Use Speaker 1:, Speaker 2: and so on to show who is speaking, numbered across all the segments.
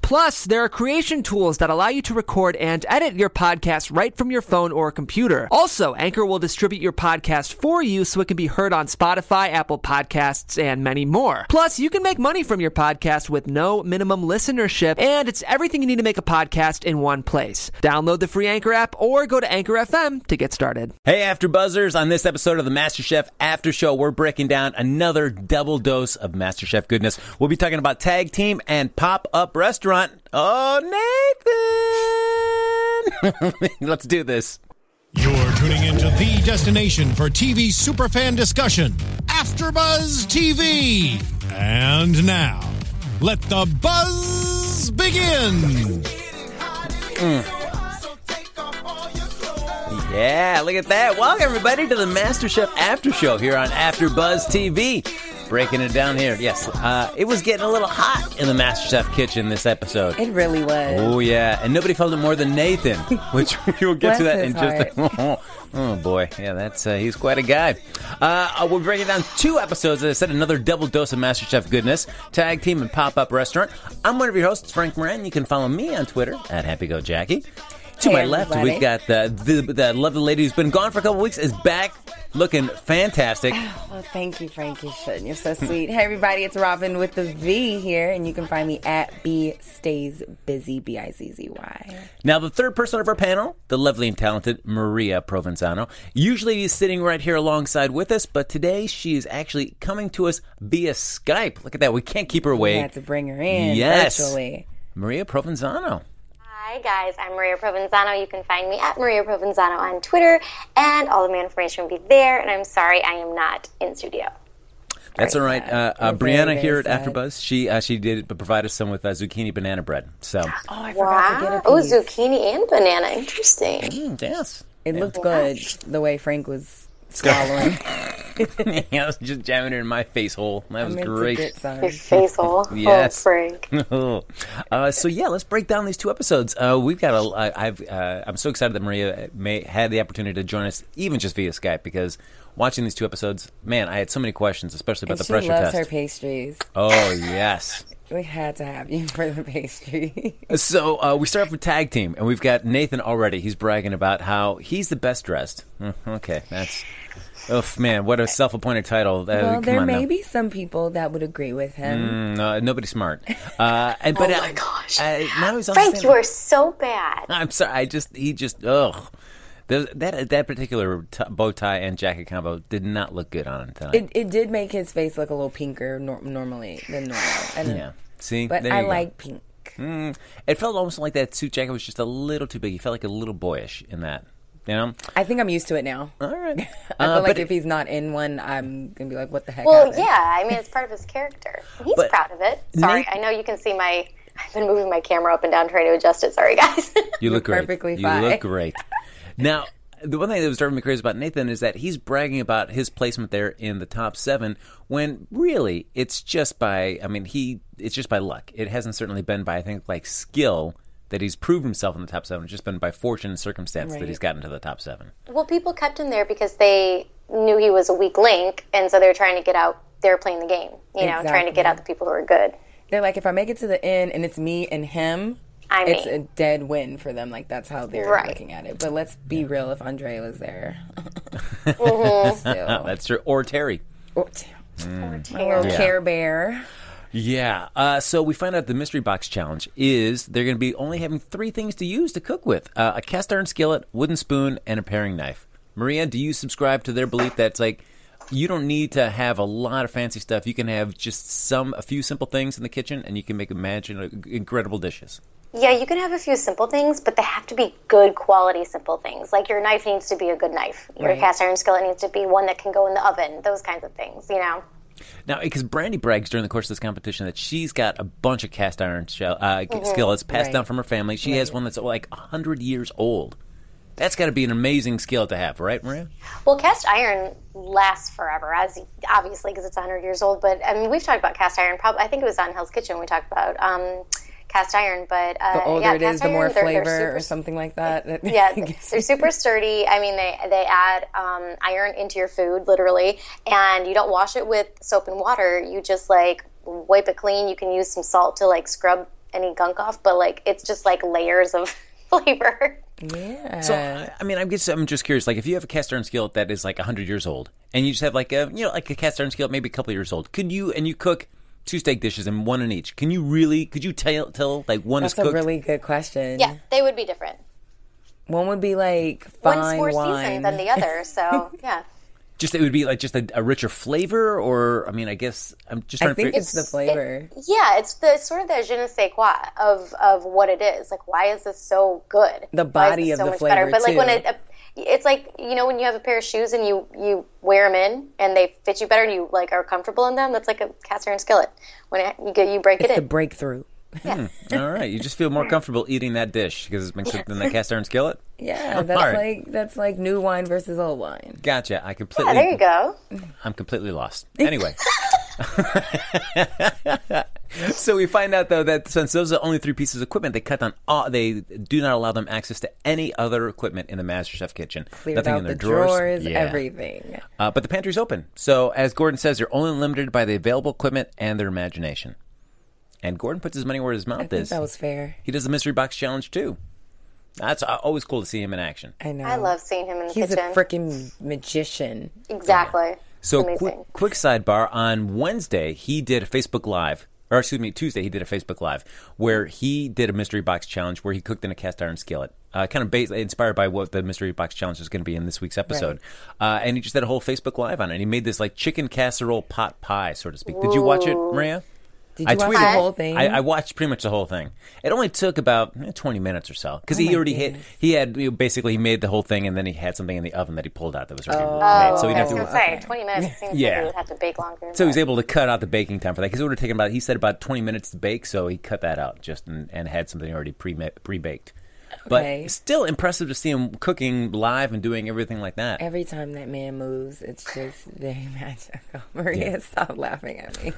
Speaker 1: Plus, there are creation tools that allow you to record and edit your podcast right from your phone or computer. Also, Anchor will distribute your podcast for you so it can be heard on Spotify, Apple Podcasts, and many more. Plus, you can make money from your podcast with no minimum listenership, and it's everything you need to make a podcast in one place. Download the free Anchor app or go to Anchor FM to get started.
Speaker 2: Hey, After Buzzers! On this episode of the MasterChef After Show, we're breaking down another double dose of MasterChef goodness. We'll be talking about tag team and pop up restaurant. Oh, Nathan! Let's do this.
Speaker 3: You're tuning into the destination for TV superfan discussion, AfterBuzz TV. And now, let the buzz begin.
Speaker 2: Yeah, look at that. Welcome everybody to the MasterChef After Show here on AfterBuzz TV. Breaking it down here. Yes, uh, it was getting a little hot in the MasterChef kitchen this episode.
Speaker 4: It really was.
Speaker 2: Oh yeah, and nobody felt it more than Nathan, which we will get to that
Speaker 4: Bless
Speaker 2: in
Speaker 4: his
Speaker 2: just. a moment. Oh boy, yeah, that's uh, he's quite a guy. Uh, uh, we're breaking down two episodes. As I said, another double dose of MasterChef goodness, tag team, and pop up restaurant. I'm one of your hosts, Frank Moran. You can follow me on Twitter at Happy Go Jackie. To
Speaker 4: Hey,
Speaker 2: my left,
Speaker 4: everybody.
Speaker 2: we've got the, the the lovely lady who's been gone for a couple weeks is back, looking fantastic.
Speaker 4: Well, thank you, Frankie Shun. You're so sweet. hey, everybody, it's Robin with the V here, and you can find me at B Stays Busy, B I Z Z Y.
Speaker 2: Now, the third person of our panel, the lovely and talented Maria Provenzano. Usually is sitting right here alongside with us, but today she is actually coming to us via Skype. Look at that. We can't keep her away.
Speaker 4: I had to bring her in
Speaker 2: Yes.
Speaker 4: virtually.
Speaker 2: Maria Provenzano.
Speaker 5: Hi guys, I'm Maria Provenzano. You can find me at Maria Provenzano on Twitter, and all of my information will be there. And I'm sorry I am not in studio.
Speaker 2: That's all right. Uh, uh,
Speaker 4: We're very,
Speaker 2: Brianna
Speaker 4: very
Speaker 2: here at
Speaker 4: sad.
Speaker 2: AfterBuzz, she uh, she did provide us some with uh, zucchini banana bread. So,
Speaker 4: Oh, I forgot to get her
Speaker 5: Oh,
Speaker 4: piece.
Speaker 5: zucchini and banana. Interesting.
Speaker 2: mm, yes.
Speaker 4: It looked good the way Frank was swallowing.
Speaker 2: yeah, I was just jamming it in my face hole. That was
Speaker 4: Meant to
Speaker 2: great.
Speaker 4: get some.
Speaker 5: Your face hole.
Speaker 2: Yes.
Speaker 5: Oh, Frank.
Speaker 2: uh, so yeah, let's break down these two episodes. Uh, we've got a. I, I've. Uh, I'm so excited that Maria may had the opportunity to join us, even just via Skype, because watching these two episodes, man, I had so many questions, especially about
Speaker 4: And
Speaker 2: the
Speaker 4: she
Speaker 2: pressure
Speaker 4: loves
Speaker 2: test.
Speaker 4: her pastries.
Speaker 2: oh yes.
Speaker 4: We had to have you for the pastry.
Speaker 2: So uh, we start off with tag team, and we've got Nathan already. He's bragging about how he's the best dressed. Mm, Okay, that's. Oof, man, what a self-appointed title. Uh,
Speaker 4: well,
Speaker 2: come
Speaker 4: there
Speaker 2: on now. Mm.
Speaker 4: may be some people that would agree with him.
Speaker 2: No, nobody's smart. Uh, and, but,
Speaker 5: Oh, my
Speaker 2: uh,
Speaker 5: gosh.
Speaker 2: uh, now he's also
Speaker 5: Frank,
Speaker 2: saying-
Speaker 5: you are so bad.
Speaker 2: I'm sorry. I just he just ugh. Th- That that particular t- bow tie and jacket combo did not look good on him tonight.
Speaker 4: It, it did make his face look a little pinker nor- normally than normal. I don't-
Speaker 2: yeah. See,
Speaker 4: But
Speaker 2: There
Speaker 4: I
Speaker 2: you go.
Speaker 4: like pink.
Speaker 2: It felt almost like that suit jacket was just a little too big. He felt like a little boyish in that. You know.
Speaker 4: I think I'm used to it now.
Speaker 2: All right.
Speaker 4: I
Speaker 2: Uh,
Speaker 4: feel like
Speaker 2: but
Speaker 4: if he's not in one, I'm gonna be like, "What the heck?"
Speaker 5: Well,
Speaker 4: happened?
Speaker 5: yeah. I mean, it's part of his character. He's
Speaker 2: But-
Speaker 5: proud of it. Sorry,
Speaker 2: Nate-
Speaker 5: I know you can see my. I've been moving my camera up and down trying to adjust it. Sorry, guys.
Speaker 2: you look great.
Speaker 4: perfectly
Speaker 2: you
Speaker 4: fine.
Speaker 2: look great. Now, the one thing that was driving me crazy about Nathan is that he's bragging about his placement there in the top seven when really it's just by I mean he it's just by luck. It hasn't certainly been by I think like skill that he's proved himself in the top seven. It's just been by fortune and circumstance that
Speaker 4: Right.
Speaker 2: he's gotten to the top seven.
Speaker 5: Well, people kept him there because they knew he was a weak link, and so they were trying to get out. They were playing the game, you know, trying to
Speaker 4: Exactly.
Speaker 5: get out the people who are good.
Speaker 4: they're like, if I make it to the end and it's me and him,
Speaker 5: I
Speaker 4: it's a
Speaker 5: mean.
Speaker 4: dead win for them. Like that's how they're
Speaker 5: Right.
Speaker 4: looking at it. But let's be real. If Andre was there, Oh.
Speaker 2: Uh, that's true. Or Terry.
Speaker 4: or, or Care Bear,
Speaker 2: Yeah. Uh, so we find out the mystery box challenge is they're going to be only having three things to use to cook with: uh, a cast iron skillet, wooden spoon, and a paring knife. Maria, do you subscribe to their belief that's like you don't need to have a lot of fancy stuff? You can have just some, a few simple things in the kitchen, and you can make imagine incredible dishes.
Speaker 5: Yeah, you can have a few simple things, but they have to be good quality simple things. Like your knife needs to be a good knife. Your
Speaker 4: Right.
Speaker 5: cast iron skillet needs to be one that can go in the oven. Those kinds of things, you know.
Speaker 2: Now, because Brandy brags during the course of this competition that she's got a bunch of cast iron shell, uh, skillets passed
Speaker 4: Mm-hmm. Right.
Speaker 2: down from her family. She has one that's like hundred years old. That's got to be an amazing skill to have, right, Maria?
Speaker 5: Well, cast iron lasts forever, as obviously because it's 100 years old. But I mean, we've talked about cast iron. Probably, I think it was on Hell's Kitchen we talked about um, cast iron, but uh,
Speaker 4: The older
Speaker 5: yeah,
Speaker 4: it is,
Speaker 5: cast
Speaker 4: the
Speaker 5: iron,
Speaker 4: more
Speaker 5: they're- they're
Speaker 4: flavor
Speaker 5: super
Speaker 4: or something like that. that-
Speaker 5: yeah, they're super sturdy. I mean, they they add um, iron into your food literally, and you don't wash it with soap and water. You just like wipe it clean. You can use some salt to like scrub any gunk off, but like it's just like layers of flavor.
Speaker 2: So
Speaker 4: Uh,
Speaker 2: I- I mean, I'm just I'm just curious. Like, if you have a cast iron skillet that is like 100 years old, and you just have like a you know like a cast iron skillet maybe a couple years old, could you and you cook two steak dishes and one in each? Can you really? Could you tell tell like one
Speaker 4: That's
Speaker 2: is cooked?
Speaker 4: a really good question.
Speaker 5: Yeah, they would be different.
Speaker 4: One would be like
Speaker 5: One's
Speaker 4: fine
Speaker 5: more
Speaker 4: wine.
Speaker 5: seasoned than the other, so yeah.
Speaker 2: just it would be like just a, a richer flavor, or I mean, I guess I'm just trying
Speaker 4: I think
Speaker 2: to.
Speaker 4: it's the flavor.
Speaker 5: Yeah, it's the it's sort of the je ne sais quoi of of what it is. Like, why is this so good?
Speaker 4: The
Speaker 5: Why is
Speaker 4: body
Speaker 5: this
Speaker 4: of
Speaker 5: so
Speaker 4: the
Speaker 5: much
Speaker 4: flavor,
Speaker 5: better. But like when
Speaker 4: too.
Speaker 5: it, it's like you know when you have a pair of shoes and you you wear them in and they fit you better and you like are comfortable in them. That's like a cast iron skillet. When it, you go, you break
Speaker 4: It's
Speaker 5: it
Speaker 4: the
Speaker 5: in.
Speaker 4: breakthrough.
Speaker 2: All right, you just feel more comfortable eating that dish because it's been cooked in that cast iron skillet.
Speaker 4: Yeah, that's
Speaker 2: Alright.
Speaker 4: like that's like new wine versus old wine.
Speaker 2: Gotcha. I
Speaker 5: yeah,
Speaker 2: completely.
Speaker 5: there you go.
Speaker 2: I'm completely lost. Anyway. so we find out though that since those are only three pieces of equipment, they cut down all. They do not allow them access to any other equipment in the master chef kitchen.
Speaker 4: Cleared
Speaker 2: Nothing
Speaker 4: out
Speaker 2: in their
Speaker 4: the
Speaker 2: drawers, Yeah.
Speaker 4: everything.
Speaker 2: Uh, but the pantry's open. So as Gordon says, they're only limited by the available equipment and their imagination. And Gordon puts his money where his mouth
Speaker 4: I think
Speaker 2: is.
Speaker 4: that was fair.
Speaker 2: he does the mystery box challenge too. That's uh, always cool to see him in action.
Speaker 4: I know.
Speaker 5: I love seeing him in the
Speaker 4: He's
Speaker 5: kitchen.
Speaker 4: a freaking magician.
Speaker 5: exactly.
Speaker 2: So
Speaker 5: Amazing.
Speaker 2: quick, quick sidebar. On Wednesday, he did a Facebook Live, or excuse me, Tuesday he did a Facebook Live where he did a mystery box challenge where he cooked in a cast iron skillet. Uh, kind of based, inspired by what the mystery box challenge is going to be in this week's episode, uh, and he just did a whole Facebook Live on it. He made this like chicken casserole pot pie, so to speak. Did you watch it, Maria?
Speaker 4: Did you
Speaker 2: I
Speaker 4: watch the
Speaker 2: tweeted-
Speaker 4: whole thing?
Speaker 2: I, I watched pretty much the whole thing. It only took about eh, twenty minutes or so
Speaker 4: Oh
Speaker 2: because he already hit. He had you know, basically he made the whole thing, and then he had something in the oven that he pulled out that was already made. So he
Speaker 5: Oh, I
Speaker 2: didn't
Speaker 5: was gonna
Speaker 2: have to.
Speaker 5: say twenty minutes seems
Speaker 2: Yeah.
Speaker 5: like we would have to bake longer.
Speaker 2: So he's
Speaker 5: but-
Speaker 2: able to cut out the baking time for that because it would have taken about he said about twenty minutes to bake, so he cut that out just and, and had something already pre pre baked.
Speaker 4: Okay.
Speaker 2: But still impressive to see him cooking live and doing everything like that.
Speaker 4: Every time that man moves, it's just very magical. Maria, stop laughing at me.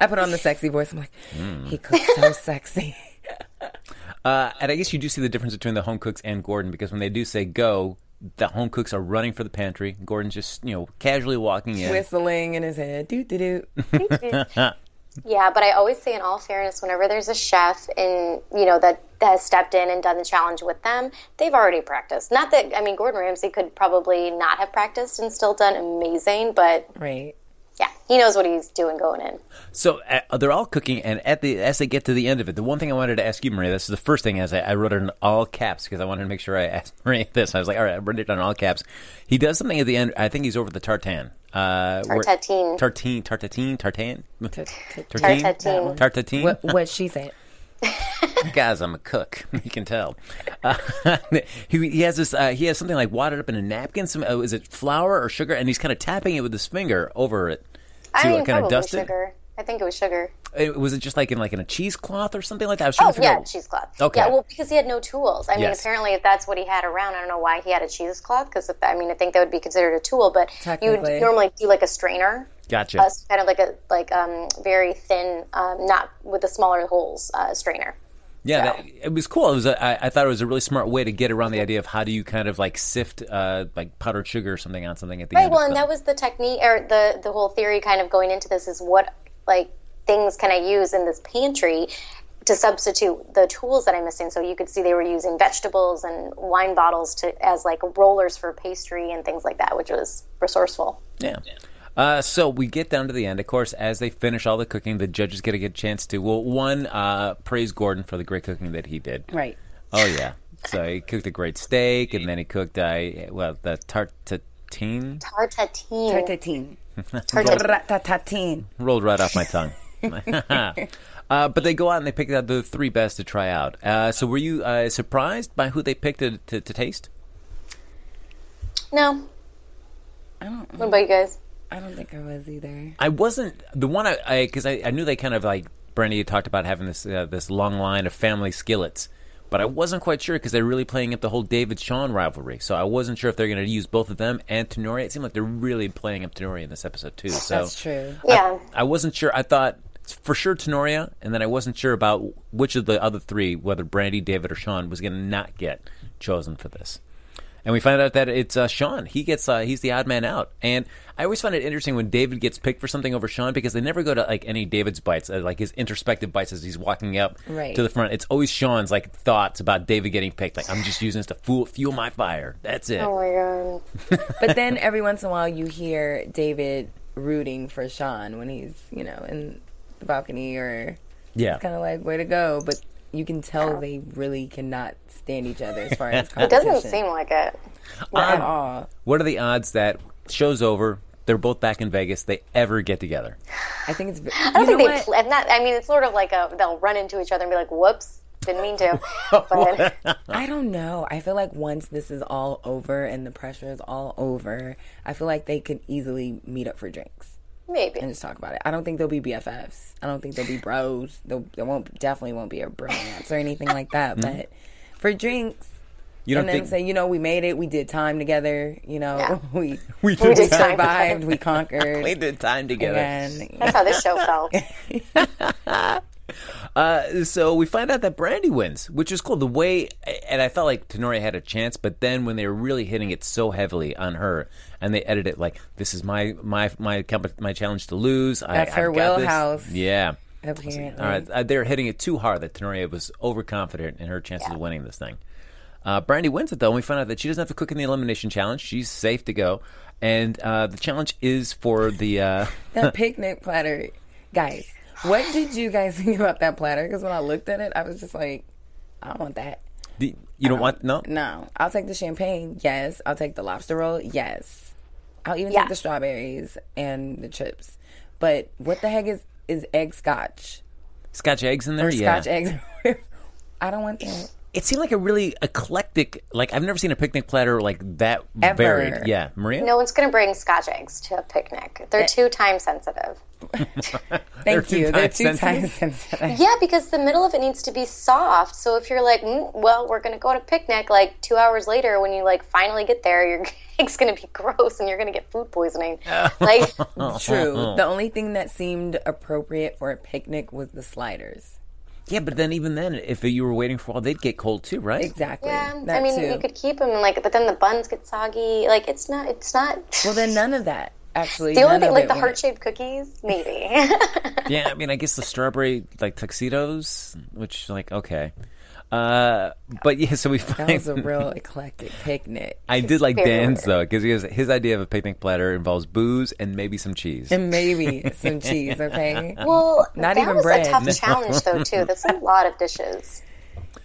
Speaker 4: I put on the sexy voice. I'm like,
Speaker 2: Hmm.
Speaker 4: he cooks so sexy.
Speaker 2: Uh, and I guess you do see the difference between the home cooks and Gordon because when they do say go, the home cooks are running for the pantry. Gordon's just you know casually walking in.
Speaker 4: Whistling in his head. Doo doo doo.
Speaker 5: Yeah, but I always say, in all fairness, whenever there's a chef in you know that, that has stepped in and done the challenge with them, they've already practiced. Not that I mean, Gordon Ramsay could probably not have practiced and still done amazing, but
Speaker 4: Right.
Speaker 5: yeah, he knows what he's doing going in.
Speaker 2: So uh, they're all cooking, and at the as they get to the end of it, the one thing I wanted to ask you, Maria, this is the first thing as I, I wrote it in all caps because I wanted to make sure I asked Maria this. I was like, all right, I wrote it down in all caps. He does something at the end. I think he's over the tartan. Uh, where-
Speaker 5: Tartatine.
Speaker 2: Tartine. Tartatine. Tartan. Tartine.
Speaker 5: Tartatine.
Speaker 2: Tartatine.
Speaker 4: What, what she said.
Speaker 2: Guys, I'm a cook. You can tell. Uh, he, he has this. Uh, he has something like wadded up in a napkin. Some uh, is it flour or sugar? And he's kind of tapping it with his finger over it to
Speaker 5: I mean,
Speaker 2: kind of
Speaker 5: probably
Speaker 2: dust it.
Speaker 5: sugar. I think it was sugar.
Speaker 2: It- was it just like in like in a cheesecloth or something like that? I was trying
Speaker 5: Oh
Speaker 2: to figure
Speaker 5: yeah,
Speaker 2: out-
Speaker 5: cheesecloth.
Speaker 2: Okay.
Speaker 5: Yeah, well, because he had no tools. I mean,
Speaker 2: Yes.
Speaker 5: apparently, if that's what he had around, I don't know why he had a cheesecloth. Because I mean, I think that would be considered a tool, but you would
Speaker 4: Technically.
Speaker 5: normally do like a strainer.
Speaker 2: Gotcha.
Speaker 5: Uh, so kind of like a like um very thin, um, not with the smaller holes uh, strainer.
Speaker 2: yeah, that, it was cool. It was. A, I, I thought it was a really smart way to get around the idea of how do you kind of like sift uh, like powdered sugar or something on something at the
Speaker 5: Right.
Speaker 2: end.
Speaker 5: Well,
Speaker 2: of
Speaker 5: and
Speaker 2: the-
Speaker 5: that was the technique or the the whole theory kind of going into this is what like things can I use in this pantry to substitute the tools that I'm missing. So you could see they were using vegetables and wine bottles to as like rollers for pastry and things like that, which was resourceful.
Speaker 2: Yeah. Uh, so we get down to the end. Of course, as they finish all the cooking, the judges get a good chance to well, one uh, praise Gordon for the great cooking that he did.
Speaker 4: Right.
Speaker 2: Oh yeah. So he cooked a great steak, and then he cooked uh, well the tartatine
Speaker 5: Tartatine.
Speaker 4: Tartatine.
Speaker 5: Tartatine.
Speaker 4: Tartatine.
Speaker 2: rolled right off my tongue. uh, but they go out and they pick out the three best to try out. Uh, so were you uh, surprised by who they picked to, to, to taste?
Speaker 5: No. I don't. What about you guys?
Speaker 4: I don't think I was either.
Speaker 2: I wasn't the one I because I, I, knew they kind of like Brandy had talked about having this uh, this long line of family skillets, but I wasn't quite sure because they're really playing up the whole David Sean rivalry. So I wasn't sure if they're going to use both of them and Tenori. It seemed like they're really playing up Tenori in this episode too. So
Speaker 4: That's true.
Speaker 5: Yeah.
Speaker 2: I wasn't sure. I thought for sure Tenoria, and then I wasn't sure about which of the other three, whether Brandy, David, or Sean, was going to not get chosen for this. And we find out that it's uh, Sean. He gets uh, he's the odd man out. And I always find it interesting when David gets picked for something over Sean because they never go to like any David's bites, uh, like his introspective bites as he's walking up
Speaker 4: Right.
Speaker 2: to the front. It's always Sean's like thoughts about David getting picked. Like I'm just using this to fuel, fuel my fire. That's it.
Speaker 5: Oh my god.
Speaker 4: But then every once in a while, you hear David rooting for Sean when he's, you know, in the balcony or
Speaker 2: yeah.
Speaker 4: it's kind of like way to go. But you can tell they really cannot stand each other as far as competition.
Speaker 5: Doesn't seem like it.
Speaker 4: at all.
Speaker 2: Um, What are the odds that show's over? They're both back in Vegas. They ever get together?
Speaker 4: I think it's.
Speaker 5: I don't think they. Pl- and that, I mean, it's sort of like a they'll run into each other and be like, "Whoops, didn't mean to." But
Speaker 4: I don't know. I feel like once this is all over and the pressure is all over, I feel like they could easily meet up for drinks
Speaker 5: maybe.
Speaker 4: and just talk about it. I don't think they'll be BFFs. I don't think they'll be bros. They'll, there won't definitely won't be a bromance or anything like that.
Speaker 5: Mm-hmm.
Speaker 4: But for drinks,
Speaker 2: You don't
Speaker 4: and then
Speaker 2: think
Speaker 4: say, you know, we made it. We did time together. You know, we
Speaker 2: we
Speaker 5: We
Speaker 2: did
Speaker 5: did time.
Speaker 4: survived. we conquered.
Speaker 2: we did time together?
Speaker 4: and
Speaker 5: That's how this show felt.
Speaker 2: Uh, so we find out that Brandy wins, which is cool. The way, and I felt like Tenoria had a chance, but then when they were really hitting it so heavily on her, and they edit it like this is my my my comp- my challenge to lose.
Speaker 4: That's
Speaker 2: I,
Speaker 4: her
Speaker 2: I've got this."
Speaker 4: wheelhouse. Mm-hmm.
Speaker 2: Yeah.
Speaker 4: apparently,
Speaker 2: All right, uh, they were hitting it too hard that Tenoria was overconfident in her chances of winning this thing. Uh, Brandy wins it though, and we find out that she doesn't have to cook in the elimination challenge. She's safe to go, and uh, the challenge is for the. Uh,
Speaker 4: that picnic platter, guys. What did you guys think about that platter? Because when I looked at it, I was just like, I don't want that.
Speaker 2: the you don't want no.
Speaker 4: No, I'll take the champagne. Yes, I'll take the lobster roll. Yes, I'll even
Speaker 5: Yeah.
Speaker 4: take the strawberries and the chips. But what the heck is is egg scotch?
Speaker 2: Scotch eggs in there. yeah.
Speaker 4: Scotch eggs. I don't want that.
Speaker 2: it seemed like a really eclectic like i've never seen a picnic platter like that
Speaker 4: Ever.
Speaker 2: varied yeah maria
Speaker 5: No one's going to bring scotch eggs to a picnic.
Speaker 4: Eh.
Speaker 5: They're too time sensitive.
Speaker 4: Thank
Speaker 2: too
Speaker 4: you. They're
Speaker 2: time
Speaker 4: too time sensitive.
Speaker 5: Yeah, because the middle of it needs to be soft. So if you're like, mm, "Well, we're going to go to a picnic," like two hours later, when you like finally get there, your it's going to be gross and you're going to get food poisoning.
Speaker 4: Oh,
Speaker 5: Like, um,
Speaker 2: Uh-huh,
Speaker 4: True.
Speaker 2: uh.
Speaker 4: The only thing that seemed appropriate for a picnic was the sliders.
Speaker 2: yeah but then even then if you were waiting for a while they'd get cold too right
Speaker 4: Exactly.
Speaker 5: yeah, I
Speaker 4: That
Speaker 5: mean,
Speaker 4: too.
Speaker 5: you could keep them like, but then the buns get soggy. Like, it's not. It's not.
Speaker 4: Well, then none of that. Actually,
Speaker 5: the only
Speaker 4: none
Speaker 5: thing,
Speaker 4: of
Speaker 5: like
Speaker 4: it
Speaker 5: the
Speaker 4: went.
Speaker 5: heart shaped cookies, maybe.
Speaker 2: yeah i mean i guess the strawberry like tuxedos which like okay uh but yeah so we
Speaker 4: That was
Speaker 2: find
Speaker 4: a real eclectic picnic.
Speaker 2: i did like
Speaker 5: Very
Speaker 2: dan's
Speaker 5: weird.
Speaker 2: though because he was, his idea of a picnic platter involves booze and maybe some cheese
Speaker 4: And maybe some cheese, okay?
Speaker 5: well,
Speaker 4: Not
Speaker 5: that
Speaker 4: even
Speaker 5: was
Speaker 4: bread.
Speaker 5: a tough challenge, though. Too. That's a lot of dishes.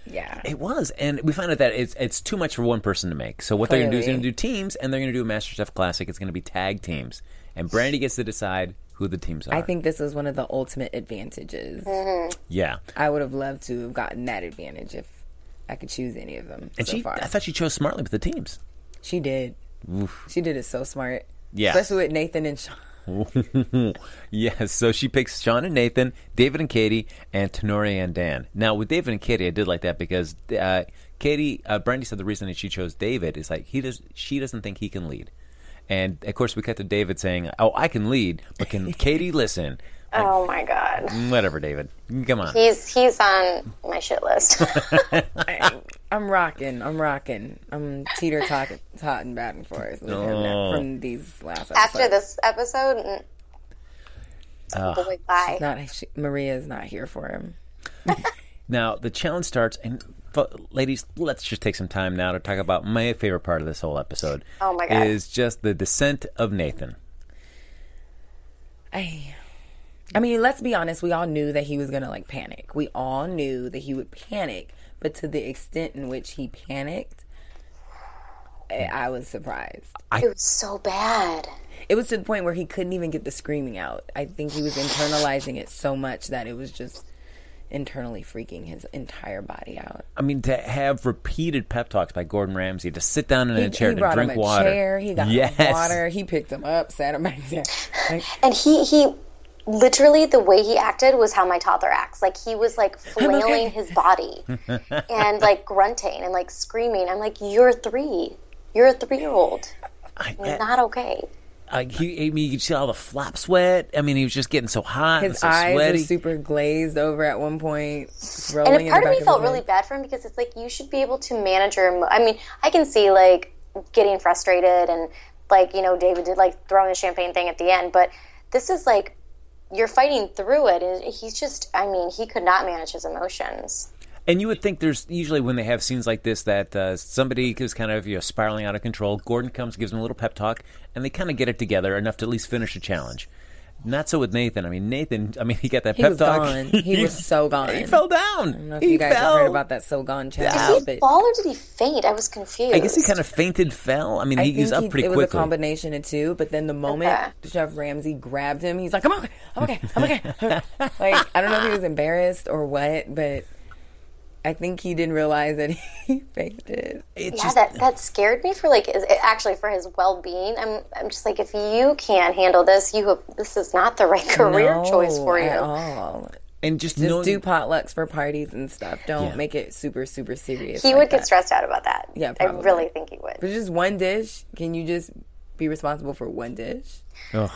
Speaker 4: Yeah.
Speaker 2: It was, and we found out that it's it's too much for one person to make. So what they're going to do is they're
Speaker 4: Clearly.
Speaker 2: going to do teams, and they're going to do a MasterChef Classic. It's going to be tag teams, and Brandy gets to decide who the teams are.
Speaker 4: I think this was one of the ultimate advantages.
Speaker 5: Mm-hmm.
Speaker 2: yeah,
Speaker 4: I would have loved to have gotten that advantage if I could choose any of them
Speaker 2: and
Speaker 4: so
Speaker 2: she
Speaker 4: far.
Speaker 2: I thought she chose smartly with the teams.
Speaker 4: she did. She did it so smart.
Speaker 2: Yeah.
Speaker 4: Especially with Nathan and Sean.
Speaker 2: yes, so she picks Sean and Nathan, David and Katie, and Tenori and Dan. Now with David and Katie, I did like that because uh, Katie, uh, Brandy said the reason that she chose David is like he does she doesn't think he can lead, and of course we cut to David saying, "Oh, I can lead, but can Katie listen?" Mm,
Speaker 5: Oh my god.
Speaker 2: Whatever, David, come on.
Speaker 5: He's he's on my shit list.
Speaker 4: I'm rocking. I'm rocking. I'm teeter totting and batting for us with him now from these last
Speaker 5: After
Speaker 4: episodes.
Speaker 5: this episode, mm, boy, bye.
Speaker 4: Not, she, Maria's not here for him.
Speaker 2: Now the challenge starts, and f- ladies, let's just take some time now to talk about my favorite part of this whole episode.
Speaker 5: Oh, my God.
Speaker 2: Is just the descent of Nathan.
Speaker 4: I, I mean, let's be honest. We all knew that he was gonna like panic. We all knew that he would panic, but to the extent in which he panicked, I, I was surprised.
Speaker 5: It was so bad.
Speaker 4: It was to the point where he couldn't even get the screaming out. I think he was internalizing it so much that it was just internally freaking his entire body out.
Speaker 2: I mean, to have repeated pep talks by Gordon Ramsay, to sit down in a chair
Speaker 4: he
Speaker 2: and
Speaker 4: brought
Speaker 2: drink
Speaker 4: him a
Speaker 2: water.
Speaker 4: chair. He got him
Speaker 2: yes.
Speaker 4: water. He picked him up, sat him back down. Like,
Speaker 5: And he he literally the way he acted was how my toddler acts. Like he was like flailing
Speaker 4: okay.
Speaker 5: his body and like grunting and like screaming. I'm like, you're three. You're a three year old.
Speaker 2: I,
Speaker 5: Not okay.
Speaker 2: Like he, I mean, you could see all the flop sweat. I mean, he was just getting so hot, and
Speaker 4: His
Speaker 2: so
Speaker 4: eyes
Speaker 2: sweaty.
Speaker 4: were super glazed over at one point.
Speaker 5: And
Speaker 4: Rolling in the
Speaker 5: a part of
Speaker 4: back
Speaker 5: me
Speaker 4: his
Speaker 5: felt
Speaker 4: head.
Speaker 5: really bad for him because it's like you should be able to manage your. Emo- I mean, I can see like getting frustrated and like you know David did like throwing the champagne thing at the end, but this is like you're fighting through it, and he's just. I mean, he could not manage his emotions.
Speaker 2: And you would think there's usually when they have scenes like this that uh, somebody is kind of you know spiraling out of control. Gordon comes, gives him a little pep talk, and they kind of get it together enough to at least finish a challenge. Not so with Nathan. I mean, Nathan. I mean, he got that
Speaker 4: He
Speaker 2: pep
Speaker 4: was
Speaker 2: talk.
Speaker 4: gone. He was so gone.
Speaker 2: He fell down.
Speaker 4: I don't know if
Speaker 2: he
Speaker 4: you guys
Speaker 2: fell.
Speaker 4: have heard about that so gone challenge,
Speaker 5: Did
Speaker 4: but
Speaker 5: he fall or did he faint? I was confused.
Speaker 2: I guess he kind of fainted, fell. I mean,
Speaker 4: I
Speaker 2: he, he's
Speaker 4: think
Speaker 2: up
Speaker 4: he-
Speaker 2: pretty
Speaker 4: it was a
Speaker 2: quickly.
Speaker 4: combination of two. But then the moment
Speaker 5: Okay.
Speaker 4: Chef Ramsey grabbed him, he's like, "I'm okay, I'm okay, I'm okay." like I don't know if he was embarrassed or what, but I think he didn't realize that he faked it.
Speaker 2: It's
Speaker 5: yeah,
Speaker 2: just-
Speaker 5: that, that scared me for like is, actually for his well being. I'm I'm just like if you can't handle this, you have, this is not the right career
Speaker 4: No,
Speaker 5: choice for you.
Speaker 4: at all.
Speaker 2: and just,
Speaker 4: Just
Speaker 2: knowing,
Speaker 4: do potlucks for parties and stuff. Don't
Speaker 2: Yeah.
Speaker 4: make it super super serious.
Speaker 5: He
Speaker 4: like
Speaker 5: would get
Speaker 4: that.
Speaker 5: stressed out about that.
Speaker 4: Yeah,
Speaker 5: I
Speaker 4: probably.
Speaker 5: really think he would.
Speaker 4: But just one dish. Can you just be responsible for one dish?
Speaker 2: Ugh.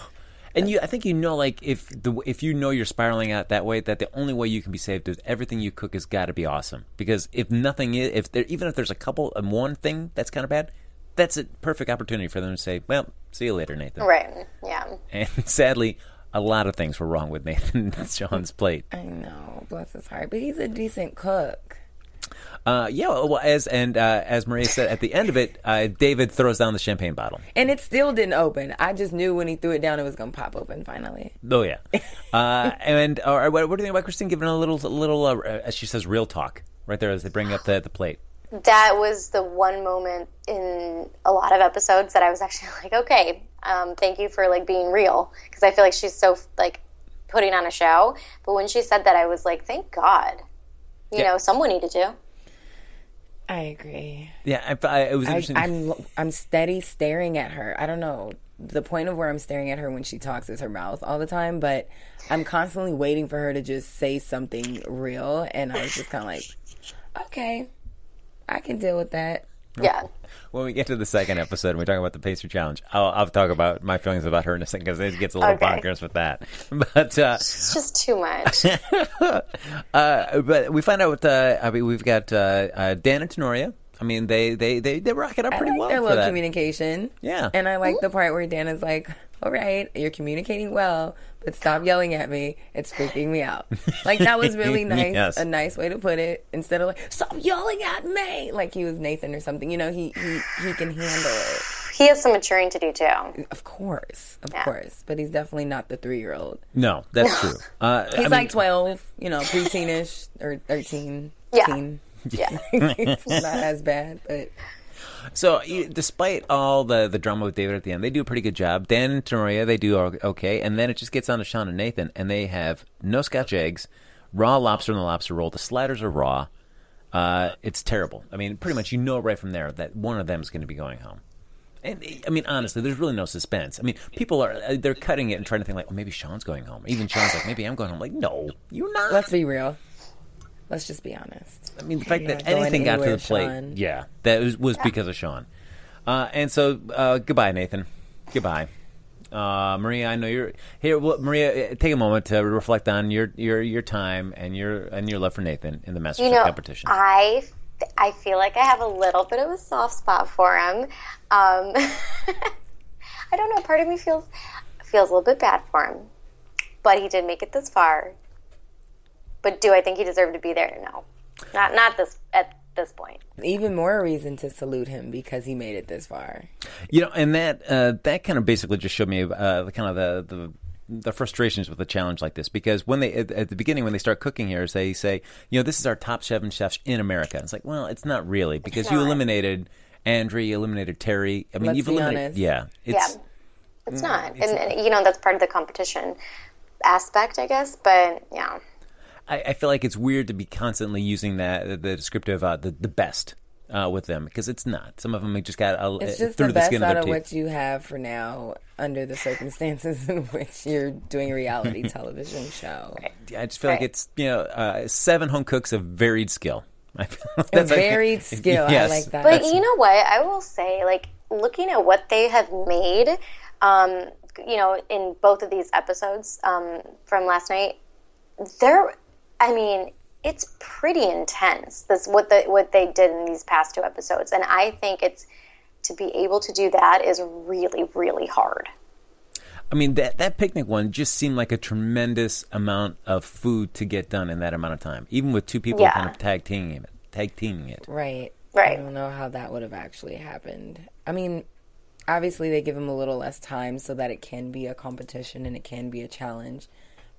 Speaker 2: And you, I think you know, like if the if you know you're spiraling out that way, that the only way you can be saved is everything you cook has got to be awesome. Because if nothing, i- if there, even if there's a couple and one thing that's kind of bad, that's a perfect opportunity for them to say, "Well, see you later, Nathan."
Speaker 5: Right. Yeah.
Speaker 2: And sadly, a lot of things were wrong with Nathan Sean's plate.
Speaker 4: I know, bless his heart, but he's a decent cook.
Speaker 2: Uh, yeah, well, as and uh, as Maria said at the end of it, uh, David throws down the champagne bottle.
Speaker 4: And it still didn't open. I just knew when he threw it down, it was gonna pop open finally.
Speaker 2: Oh yeah, uh, and or, what, what do you think about Christine giving a little, a little, uh, as she says, real talk right there as they bring up the the plate.
Speaker 5: That was the one moment in a lot of episodes that I was actually like, okay, um, thank you for like being real because I feel like she's so like putting on a show. But when she said that, I was like, thank God. You
Speaker 2: Yeah.
Speaker 5: know, someone needed to.
Speaker 4: I agree.
Speaker 2: Yeah, I, I, it was
Speaker 4: I,
Speaker 2: interesting.
Speaker 4: I'm I'm steady staring at her. I don't know. The point of where I'm staring at her when she talks is her mouth all the time, but I'm constantly waiting for her to just say something real, and I was just kind of like, okay, I can deal with that.
Speaker 5: Yeah.
Speaker 2: when we get to the second episode and we talk about the pastry challenge, I'll, I'll talk about my feelings about her in a second because it gets a little
Speaker 5: Okay.
Speaker 2: bonkers with that. But uh,
Speaker 5: It's just too much.
Speaker 2: uh, but we find out with uh, I mean, we've got uh, uh, Dan and Tenoria. I mean, they they they, they rock it up
Speaker 4: I
Speaker 2: pretty
Speaker 4: like
Speaker 2: well
Speaker 4: their
Speaker 2: for
Speaker 4: little
Speaker 2: that.
Speaker 4: communication.
Speaker 2: Yeah.
Speaker 4: and I like the part where Dan is like, "All right, you're communicating well, but stop yelling at me. It's freaking me out." Like that was really nice.
Speaker 2: Yes.
Speaker 4: A nice way to put it. Instead of like, "Stop yelling at me," like he was Nathan or something. You know, he he he can handle it.
Speaker 5: he has some maturing to do too.
Speaker 4: Of course, of course, but he's definitely not the three year old.
Speaker 2: no, that's true. Uh, I
Speaker 4: He's
Speaker 2: mean,
Speaker 4: like twelve, you know, preteenish or thirteen.
Speaker 5: Yeah.
Speaker 4: Teen.
Speaker 5: Yeah.
Speaker 4: it's not as bad, but
Speaker 2: So, e- despite all the, the drama with David at the end, they do a pretty good job. Dan and Tenoria, they do o- okay. And then it just gets on to Sean and Nathan, and they have no scotch eggs, raw lobster in the lobster roll. The sliders are raw. Uh, it's terrible. I mean, pretty much you know right from there that one of them is going to be going home. And eh, I mean, honestly, there's really no suspense. I mean, people are eh, they're cutting it and trying to think like, oh, maybe Sean's going home. Even Sean's like, maybe I'm going home. Like, no, you're not.
Speaker 4: let's be real. Let's just be honest.
Speaker 2: I mean, the fact that
Speaker 4: not going
Speaker 2: anything got to
Speaker 4: anywhere,
Speaker 2: the plate,
Speaker 4: Sean.
Speaker 2: yeah, that was, was because of Sean. Uh, and so, uh, goodbye, Nathan. Goodbye, uh, Maria. I know you're here. Well, Maria, eh, take a moment to reflect on your your your time and your and your love for Nathan in the master
Speaker 5: You know,
Speaker 2: competition.
Speaker 5: I I feel like I have a little bit of a soft spot for him. Um, I don't know. Part of me feels feels a little bit bad for him, but he did make it this far. But do I think he deserved to be there? No, not not this at this point.
Speaker 4: Even more reason to salute him because he made it this far.
Speaker 2: You know, and that uh, that kind of basically just showed me uh, the kind of the the. The frustrations with a challenge like this, because when they at, at the beginning when they start cooking here, is they say, you know, this is our top seven chefs in America. It's like, well, it's not really because you eliminated Andrew, you eliminated Terry. I mean,
Speaker 4: Let's
Speaker 2: you've
Speaker 4: be
Speaker 2: eliminated,
Speaker 4: honest.
Speaker 2: yeah, it's
Speaker 5: yeah, it's not, and, and you know that's part of the competition aspect, I guess. But yeah,
Speaker 2: I, I feel like it's weird to be constantly using that the descriptive uh, the the best uh, with them because it's not. Some of them just got uh,
Speaker 4: It's just
Speaker 2: through
Speaker 4: the best
Speaker 2: skin
Speaker 4: out
Speaker 2: of
Speaker 4: of,
Speaker 2: their teeth.
Speaker 4: what you have for now under the circumstances in which you're doing a reality television show.
Speaker 2: I just feel like
Speaker 5: Right.
Speaker 2: it's you know uh, seven home cooks of varied skill. I feel that's like-
Speaker 4: A varied skill. I
Speaker 2: Yes.
Speaker 4: like that.
Speaker 5: But you know what? I will say, like, looking at what they have made, um, you know, in both of these episodes um, from last night, there, I mean, it's pretty intense. This what the what they did in these past two episodes, and I think it's to be able to do that is really really hard.
Speaker 2: I mean that that picnic one just seemed like a tremendous amount of food to get done in that amount of time, even with two people
Speaker 5: Yeah.
Speaker 2: kind of tag teaming it. Tag teaming it.
Speaker 4: Right.
Speaker 5: Right.
Speaker 4: I don't know how that would have actually happened. I mean, obviously they give him a little less time so that it can be a competition and it can be a challenge.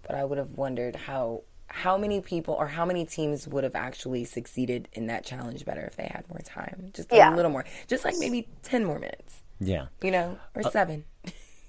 Speaker 4: But I would have wondered how how many people or how many teams would have actually succeeded in that challenge better if they had more time. Just a
Speaker 5: Yeah.
Speaker 4: little more. Just like maybe 10 more minutes,
Speaker 2: Yeah.
Speaker 4: you know, or
Speaker 2: Uh,
Speaker 4: 7.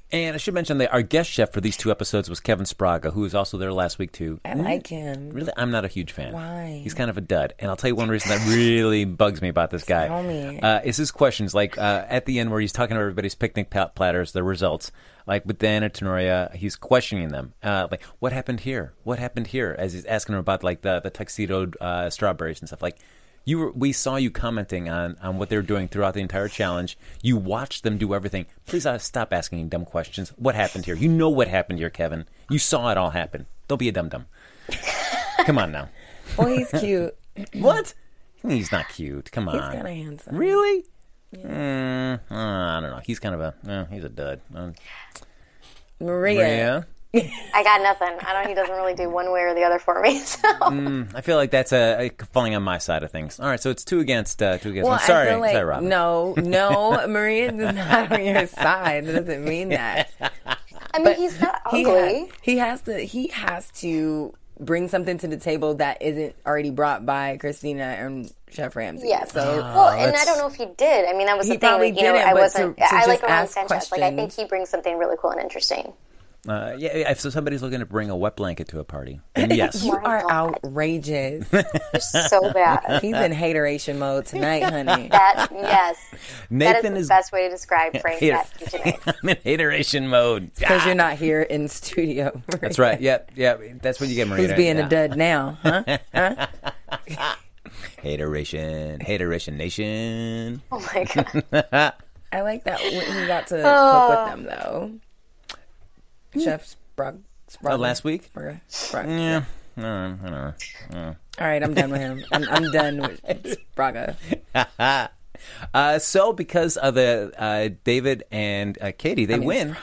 Speaker 2: And I should mention that our guest chef for these two episodes was Kevin Spraga, who was also there last week too.
Speaker 4: I like him.
Speaker 2: Really, I'm not a huge fan.
Speaker 4: Why?
Speaker 2: He's kind of a dud. And I'll tell you one reason that really bugs me about this guy.
Speaker 4: Tell me.
Speaker 2: Uh, is his questions like uh, at the end where he's talking about everybody's picnic pla- platters, their results. Like with Dan and Tenoria, he's questioning them. Uh, like, what happened here? What happened here? As he's asking her about like the the tuxedoed uh, strawberries and stuff. Like, you were, we saw you commenting on on what they were doing throughout the entire challenge. You watched them do everything. Please uh, stop asking dumb questions. What happened here? You know what happened here, Kevin. You saw it all happen. Don't be a dum dum. Come on now.
Speaker 4: Well, he's cute.
Speaker 2: What? He's not cute. Come on.
Speaker 4: He's kind of handsome.
Speaker 2: Really? Mm, uh, I don't know. He's kind of a uh, he's a dud. Uh,
Speaker 4: Maria.
Speaker 2: yeah.
Speaker 5: I got nothing. I don't. He doesn't really do one way or the other for me. So
Speaker 2: I feel like that's a, a falling on my side of things. All right, so it's two against uh, two against.
Speaker 4: Well,
Speaker 2: one. sorry,
Speaker 4: I feel like,
Speaker 2: sorry, Robin.
Speaker 4: no, no, Maria is not on your side. That doesn't mean that.
Speaker 5: I mean, he's not ugly.
Speaker 4: he has, he has to he has to bring something to the table that isn't already brought by Christina and Chef Ramsey.
Speaker 5: Yeah.
Speaker 4: So oh,
Speaker 5: well, and
Speaker 2: that's-
Speaker 5: I don't know if he did. I mean, that was
Speaker 4: He
Speaker 5: the thing.
Speaker 4: probably
Speaker 5: like, you know,
Speaker 4: didn't,
Speaker 5: I
Speaker 4: but
Speaker 5: wasn't.
Speaker 4: to- to
Speaker 5: I like
Speaker 4: just
Speaker 5: Ron
Speaker 4: ask
Speaker 5: Sanchez. Like, I think
Speaker 4: questions.
Speaker 5: he brings something really cool and interesting.
Speaker 2: Uh, yeah, if so somebody's looking to bring a wet blanket to a party, then yes.
Speaker 4: you are outrageous.
Speaker 5: So bad.
Speaker 4: He's in hateration mode tonight, honey.
Speaker 5: That yes. that is
Speaker 2: Nathan
Speaker 5: the
Speaker 2: is,
Speaker 5: best way to describe Frank's
Speaker 2: Here.
Speaker 5: attitude tonight.
Speaker 2: I'm in iteration mode. Ah,
Speaker 4: Because you're not here in studio.
Speaker 2: That's right. Yep, yeah, That's what you get, Maria.
Speaker 4: Who's being
Speaker 2: Yeah.
Speaker 4: a dud now, huh?
Speaker 2: Hateration, hateration nation. Uh,
Speaker 5: Oh my god.
Speaker 4: I like that when he got to cook with them though. Chef Sprug. Sprug
Speaker 2: Oh, last week.
Speaker 4: Sprug, Sprug.
Speaker 2: Yeah. I don't know, I don't know.
Speaker 4: All right, I'm done with him. I'm, I'm done with Braga.
Speaker 2: Uh, so because of the uh, David and uh, Katie, they win.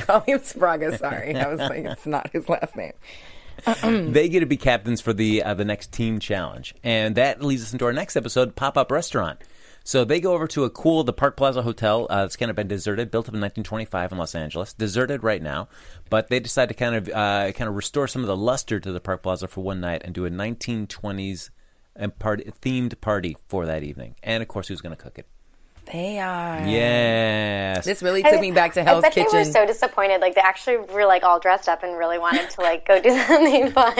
Speaker 4: Call him Spraga. Sorry, I was like, it's not his last name.
Speaker 2: They get to be captains for the uh, the next team challenge, and that leads us into our next episode, pop up restaurant. So they go over to a cool the Park Plaza Hotel. Uh, it's kind of been deserted, built up in 1925 in Los Angeles, deserted right now. But they decide to kind of uh, kind of restore some of the luster to the Park Plaza for one night and do a 1920s and part themed party for that evening. And of course, who's going to cook it?
Speaker 4: They are.
Speaker 2: Yes,
Speaker 4: This really took me back to Hell's
Speaker 5: I bet they
Speaker 4: Kitchen.
Speaker 5: were so disappointed. Like they actually were like all dressed up and really wanted to like go do something fun.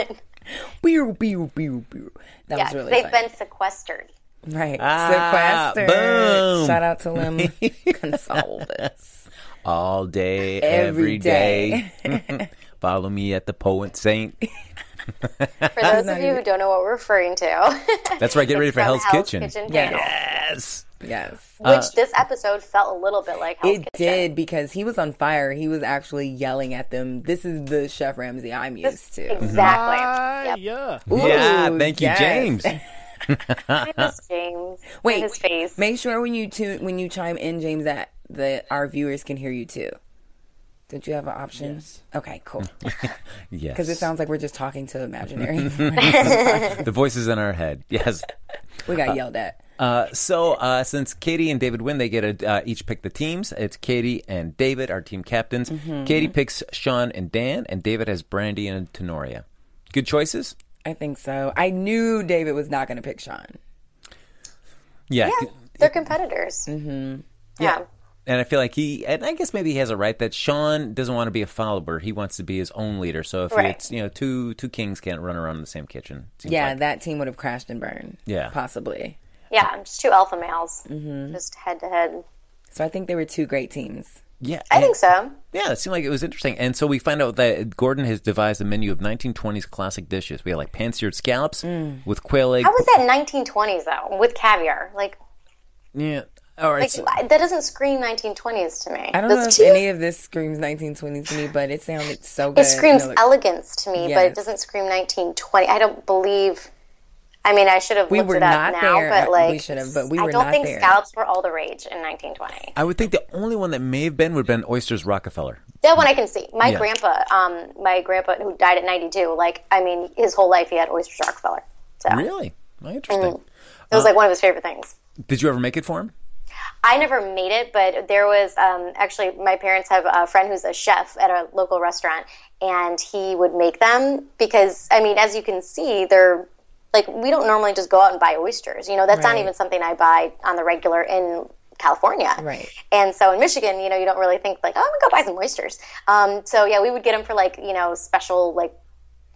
Speaker 4: Pew, pew, pew, pew. That
Speaker 5: Yeah,
Speaker 4: was really
Speaker 5: they've
Speaker 4: fun.
Speaker 5: been sequestered.
Speaker 4: right.
Speaker 2: Ah,
Speaker 4: Sequestered.
Speaker 2: boom.
Speaker 4: Shout out to Lim Consolidus.
Speaker 2: all day, every
Speaker 4: Every
Speaker 2: day. Follow me at the Poet Saint.
Speaker 5: For those of you who don't know what we're referring to,
Speaker 2: That's right. Get ready for
Speaker 5: from
Speaker 2: Hell's, Kitchen.
Speaker 4: Yes.
Speaker 5: Channel,
Speaker 2: Yes.
Speaker 4: Yes.
Speaker 5: which this episode felt a little bit like Hell's
Speaker 4: Uh, It
Speaker 5: Kitchen.
Speaker 4: did because he was on fire. He was actually yelling at them. This is the Chef Ramsey I'm used to.
Speaker 5: Exactly.
Speaker 3: yeah.
Speaker 2: yeah.
Speaker 4: Ooh,
Speaker 2: Thank you,
Speaker 4: yes.
Speaker 2: James.
Speaker 5: Yes, James.
Speaker 4: Wait,
Speaker 5: his face.
Speaker 4: Make sure when you tune when you chime in, James, that the our viewers can hear you too. Don't you have an option? Okay, cool.
Speaker 2: Yes.
Speaker 4: Because it sounds like we're just talking to imaginary.
Speaker 2: the voices in our head. Yes.
Speaker 4: we got yelled at.
Speaker 2: Uh, so uh, since Katie and David win, they get to uh, each pick the teams. It's Katie and David, our team captains. Katie picks Sean and Dan, and David has Brandy and Tenoria. Good choices.
Speaker 4: I think so. I knew David was not going to pick Sean.
Speaker 2: Yeah.
Speaker 5: Yeah, they're competitors. Mm-hmm. Yeah.
Speaker 2: And I feel like he, and I guess maybe he has a right that Sean doesn't want to be a follower. He wants to be his own leader. So if
Speaker 5: Right.
Speaker 2: it's you know two two kings can't run around in the same kitchen. it seems
Speaker 4: Yeah,
Speaker 2: like.
Speaker 4: that team would have crashed and burned.
Speaker 2: Yeah.
Speaker 4: possibly.
Speaker 5: yeah, Just two alpha males,
Speaker 4: Mm-hmm.
Speaker 5: just head to head.
Speaker 4: So I think they were two great teams.
Speaker 2: yeah.
Speaker 5: I think so.
Speaker 2: Yeah, it seemed like it was interesting. And so we find out that Gordon has devised a menu of 1920s classic dishes. We have like pan-seared
Speaker 4: Mm.
Speaker 2: scallops with quail egg.
Speaker 5: How was that 1920s though, with caviar? Like,
Speaker 2: Yeah, All right.
Speaker 5: Like
Speaker 2: so-
Speaker 5: I- that doesn't scream 1920s to me.
Speaker 4: I don't
Speaker 5: That's
Speaker 4: know if
Speaker 5: too-
Speaker 4: any of this screams 1920s to me, but it sounded so good.
Speaker 5: It screams
Speaker 4: No, like-
Speaker 5: elegance to me, but
Speaker 4: Yes.
Speaker 5: it doesn't scream 1920. I don't believe. I mean, I should have
Speaker 4: We
Speaker 5: looked
Speaker 4: were
Speaker 5: it up
Speaker 4: not
Speaker 5: now,
Speaker 4: there.
Speaker 5: but
Speaker 4: We
Speaker 5: like,
Speaker 4: should have, but we
Speaker 5: I
Speaker 4: were
Speaker 5: don't
Speaker 4: not
Speaker 5: think
Speaker 4: there.
Speaker 5: scallops were all the rage in 1920.
Speaker 2: I would think the only one that may have been would have been Oysters Rockefeller.
Speaker 5: That one I can see. My
Speaker 2: Yeah.
Speaker 5: grandpa, um, my grandpa who died at 92, like, I mean, his whole life he had oyster Rockefeller. So
Speaker 2: Really? Oh, interesting.
Speaker 4: Mm.
Speaker 5: it was like one of his favorite things.
Speaker 2: Did you ever make it for him?
Speaker 5: I never made it, but there was um, actually my parents have a friend who's a chef at a local restaurant, and he would make them because I mean, as you can see, they're like we don't normally just go out and buy oysters. You know, that's not
Speaker 4: Right.
Speaker 5: even something I buy on the regular in California.
Speaker 4: Right.
Speaker 5: And so in Michigan, you know, you don't really think like, oh, I'm gonna go buy some oysters. Um, so yeah, we would get them for like you know special like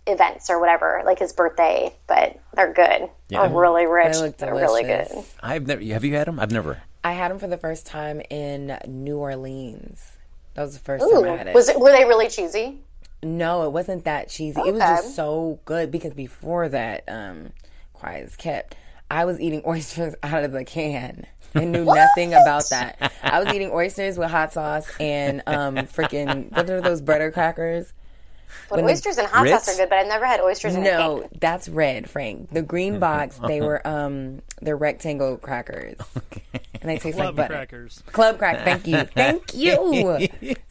Speaker 5: events or whatever, like his birthday. But they're good. They're really rich.
Speaker 4: They look
Speaker 5: They're really good.
Speaker 4: delicious.
Speaker 2: I've never. Have you had them? I've never.
Speaker 4: I had them for the first time in New Orleans. That was the first
Speaker 5: Ooh,
Speaker 4: time I had it.
Speaker 5: was it were they really cheesy?
Speaker 4: No, it wasn't that cheesy. It was
Speaker 5: Okay.
Speaker 4: just so good because before that, um, quiet is kept. I was eating oysters out of the can and knew nothing about that. I was eating oysters with hot sauce and um, freaking what are those butter crackers?
Speaker 5: But oysters and hot
Speaker 2: Ritz?
Speaker 5: sauce are good, but I've never had oysters in a
Speaker 4: No, that's red, Frank. The green box. They were um, they're rectangle crackers, and they taste like
Speaker 1: Love
Speaker 4: butter.
Speaker 1: crackers.
Speaker 4: Club crack. Thank you. Thank you.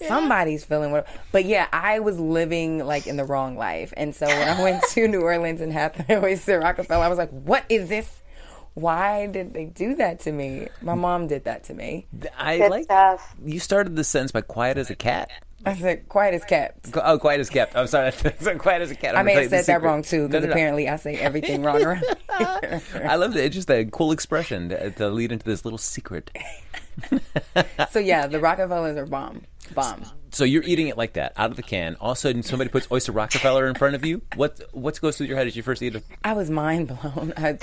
Speaker 4: Somebody's feeling what. But yeah, I was living like in the wrong life. And so when I went to New Orleans and had the Oyster Rockefeller, I was like, what is this? Why did they do that to me? My mom did that to me.
Speaker 2: I
Speaker 5: Good
Speaker 2: like.
Speaker 5: stuff.
Speaker 2: You started the sentence by "quiet as a cat."
Speaker 4: I said, quiet as kept.
Speaker 2: Oh, quiet as kept. I'm sorry. quiet as a cat.
Speaker 4: I
Speaker 2: I'm gonna tell
Speaker 4: may have
Speaker 2: you the
Speaker 4: said that
Speaker 2: secret.
Speaker 4: wrong too,
Speaker 2: No,
Speaker 4: because
Speaker 2: no, no.
Speaker 4: apparently I say everything wrong around here.
Speaker 2: I love that. It's just a cool expression to, to lead into this little secret.
Speaker 4: So yeah, the Rockefellers are bomb. Bomb.
Speaker 2: So you're eating it like that, out of the can. All of a sudden, somebody puts oyster Rockefeller in front of you. What what goes through your head as you first eat it?
Speaker 4: I was mind blown. I,